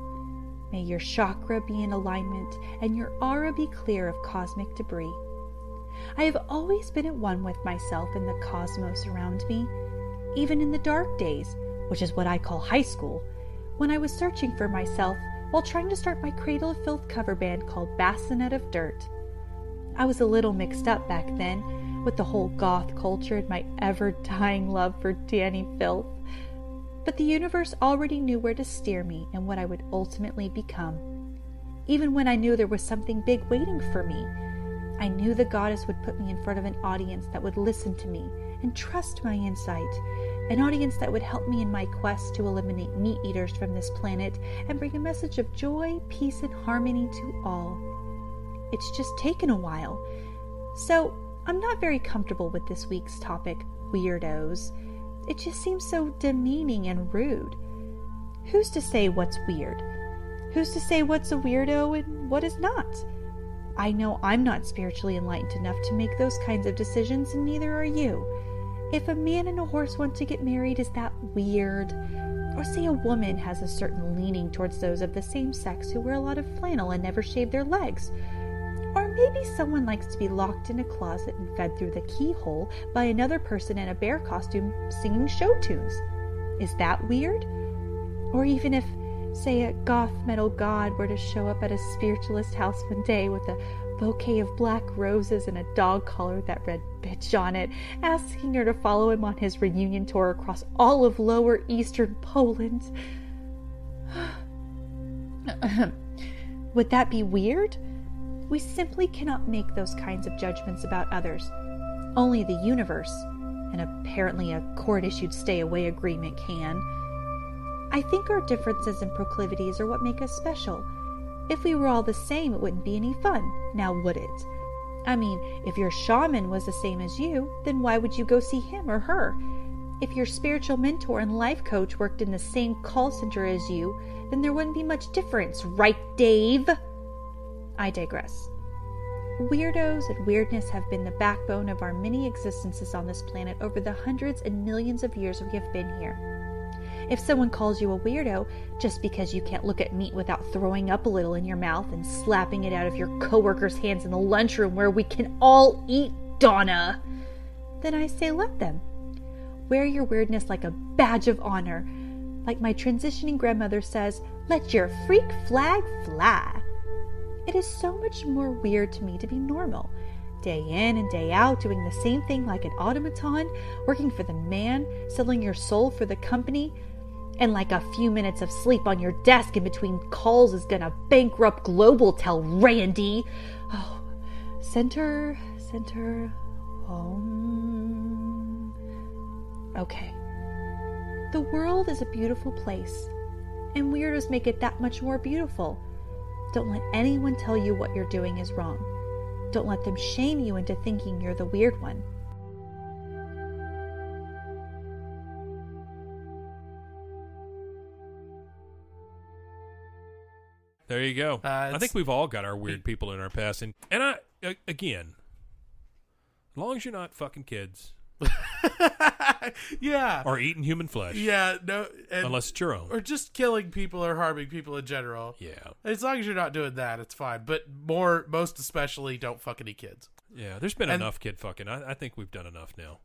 May your chakra be in alignment and your aura be clear of cosmic debris. I have always been at one with myself and the cosmos around me, even in the dark days, which is what I call high school, when I was searching for myself while trying to start my Cradle of Filth cover band called Bassinet of Dirt. I was a little mixed up back then with the whole goth culture and my ever dying love for Danny Filth. But the universe already knew where to steer me and what I would ultimately become. Even when I knew there was something big waiting for me, I knew the goddess would put me in front of an audience that would listen to me and trust my insight, an audience that would help me in my quest to eliminate meat eaters from this planet and bring a message of joy, peace, and harmony to all. It's just taken a while. So, I'm not very comfortable with this week's topic, weirdos. It just seems so demeaning and rude. Who's to say what's weird? Who's to say what's a weirdo and what is not? I know I'm not spiritually enlightened enough to make those kinds of decisions, and neither are you. If a man and a horse want to get married, is that weird? Or say a woman has a certain leaning towards those of the same sex who wear a lot of flannel and never shave their legs. Or maybe someone likes to be locked in a closet and fed through the keyhole by another person in a bear costume singing show tunes. Is that weird? Or even if, say, a goth metal god were to show up at a spiritualist house one day with a bouquet of black roses and a dog collar with that red bitch on it, asking her to follow him on his reunion tour across all of lower eastern Poland. Would that be weird? We simply cannot make those kinds of judgments about others. Only the universe, and apparently a court issued stay away agreement, can. I think our differences and proclivities are what make us special. If we were all the same, it wouldn't be any fun, now would it? I mean, if your shaman was the same as you, then why would you go see him or her? If your spiritual mentor and life coach worked in the same call center as you, then there wouldn't be much difference, right, Dave? I digress. Weirdos and weirdness have been the backbone of our many existences on this planet over the hundreds and millions of years we have been here. If someone calls you a weirdo just because you can't look at meat without throwing up a little in your mouth and slapping it out of your coworker's hands in the lunchroom where we can all eat, Donna, then I say let them. Wear your weirdness like a badge of honor. Like my transitioning grandmother says, let your freak flag fly. It is so much more weird to me to be normal. Day in and day out, doing the same thing like an automaton, working for the man, selling your soul for the company, and like a few minutes of sleep on your desk in between calls is gonna bankrupt Global Tell Randy. Oh, center, center, home. Okay. The world is a beautiful place, and weirdos make it that much more beautiful. Don't let anyone tell you what you're doing is wrong. Don't let them shame you into thinking you're the weird one.
There you go. I
Uh, it's-
think we've all got our weird people in our past, and and I a- again, as long as you're not fucking kids
Yeah.
or eating human flesh,
Yeah, no. and-
unless it's your own.
Or just killing people or harming people in general.
Yeah.
As long as you're not doing that, it's fine. But more, most especially, don't fuck any kids.
Yeah, there's been
And-
enough kid fucking. I, I think we've done enough now.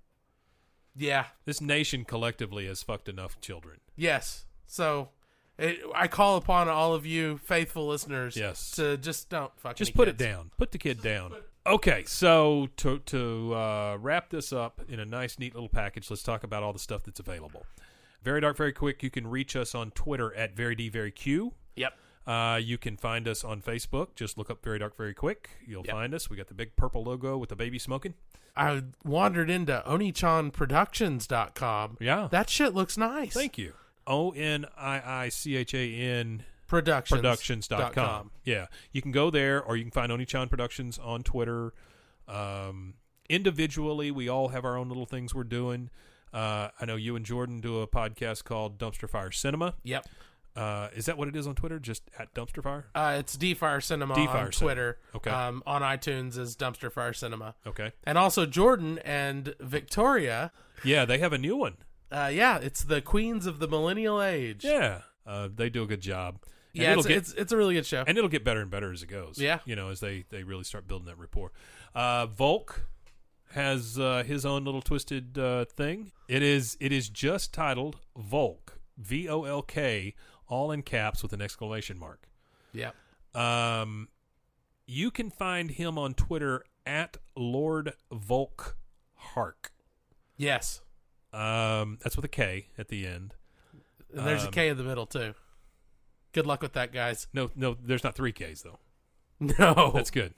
Yeah.
This nation collectively has fucked enough children.
Yes. So it, I call upon all of you faithful listeners
Yes.
to just don't fuck
Just
any
put
kids.
it down. Put the kid down. Okay, so to to uh, wrap this up in a nice, neat little package, let's talk about all the stuff that's available. Very dark, very quick. You can reach us on Twitter at very d very q.
Yep.
Uh, you can find us on Facebook. Just look up very dark, very quick. You'll find us. We got the big purple logo with the baby smoking.
I wandered into onichanproductions.com.
Yeah.
That shit looks nice.
Thank you. O N I I C H A N
Productions.
Productions.com.
Dot com.
Yeah. You can go there or you can find Onichan Productions on Twitter. Um, individually, we all have our own little things we're doing. Uh, I know you and Jordan do a podcast called Dumpster Fire Cinema.
Yep.
Uh, is that what it is on Twitter? Just at Dumpster Fire?
Uh, it's Defire Cinema on
Defire Cinema.
Twitter.
Okay.
Um, on iTunes is Dumpster Fire Cinema.
Okay.
And also Jordan and Victoria.
Yeah, they have a new one.
Uh, yeah, it's the Queens of the Millennial Age.
Yeah, uh, they do a good job. And
Yeah,
it'll
it's, it's it's a really good show.
and it'll get better and better as it goes.
Yeah.
you know, as they they really start building that rapport. Uh, Volk has uh, his own little twisted uh, thing. It is it is just titled Volk V O L K, all in caps with an exclamation mark.
Yep.
Um, you can find him on Twitter at Lord Volk Hark.
Yes.
Um, that's with a K at the end.
And there's a
Um,
K in the middle too. Good luck with that, guys.
No, no, there's not three Ks though.
No.
that's good.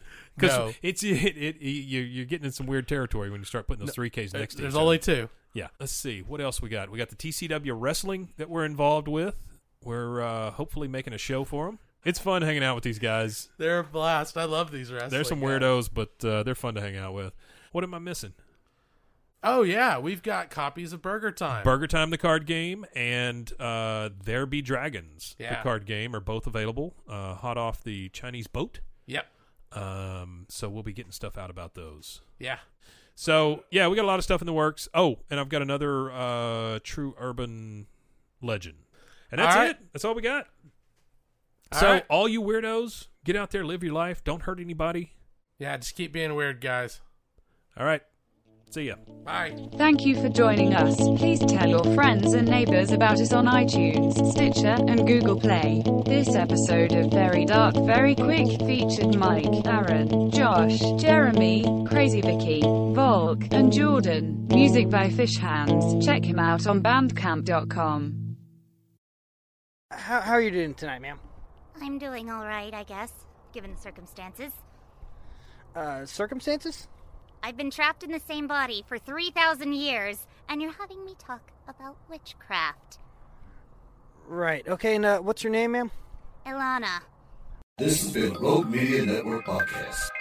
Because
No.
it's it, it, you you're getting in some weird territory when you start putting those three Ks next
uh,
to
There's
each other.
only two.
Yeah. Let's see what else we got. We got the TCW wrestling that we're involved with. We're uh, hopefully making a show for them. It's fun hanging out with these guys.
They're a blast. I love these wrestlers.
They're some weirdos, but uh, they're fun to hang out with. What am I missing?
Oh yeah, we've got copies of Burger Time.
Burger Time, the card game, and uh, There Be Dragons,
Yeah.
the card game, are both available, uh, hot off the Chinese boat.
Yep.
Um, so we'll be getting stuff out about those.
Yeah.
So yeah, we got a lot of stuff in the works. Oh, and I've got another uh, true urban legend. And that's
All right.
it. That's all we got.
All
so
right.
all you weirdos, get out there, live your life. Don't hurt anybody.
Yeah, just keep being weird, guys.
All right. See ya.
Bye.
Thank you for joining us. Please tell your friends and neighbors about us on iTunes, Stitcher, and Google Play. This episode of Very Dark Very Quick featured Mike, Aaron, Josh, Jeremy, Crazy Vicky, Volk, and Jordan. Music by Fish Hands. Check him out on bandcamp.com.
How, how are you doing tonight, ma'am?
I'm doing all right, I guess, given the circumstances.
Uh, circumstances?
I've been trapped in the same body for 3,000 years, and you're having me talk about witchcraft.
Right. Okay, and uh, what's your name, ma'am?
Ilana.
This has been a Rogue Media Network podcast.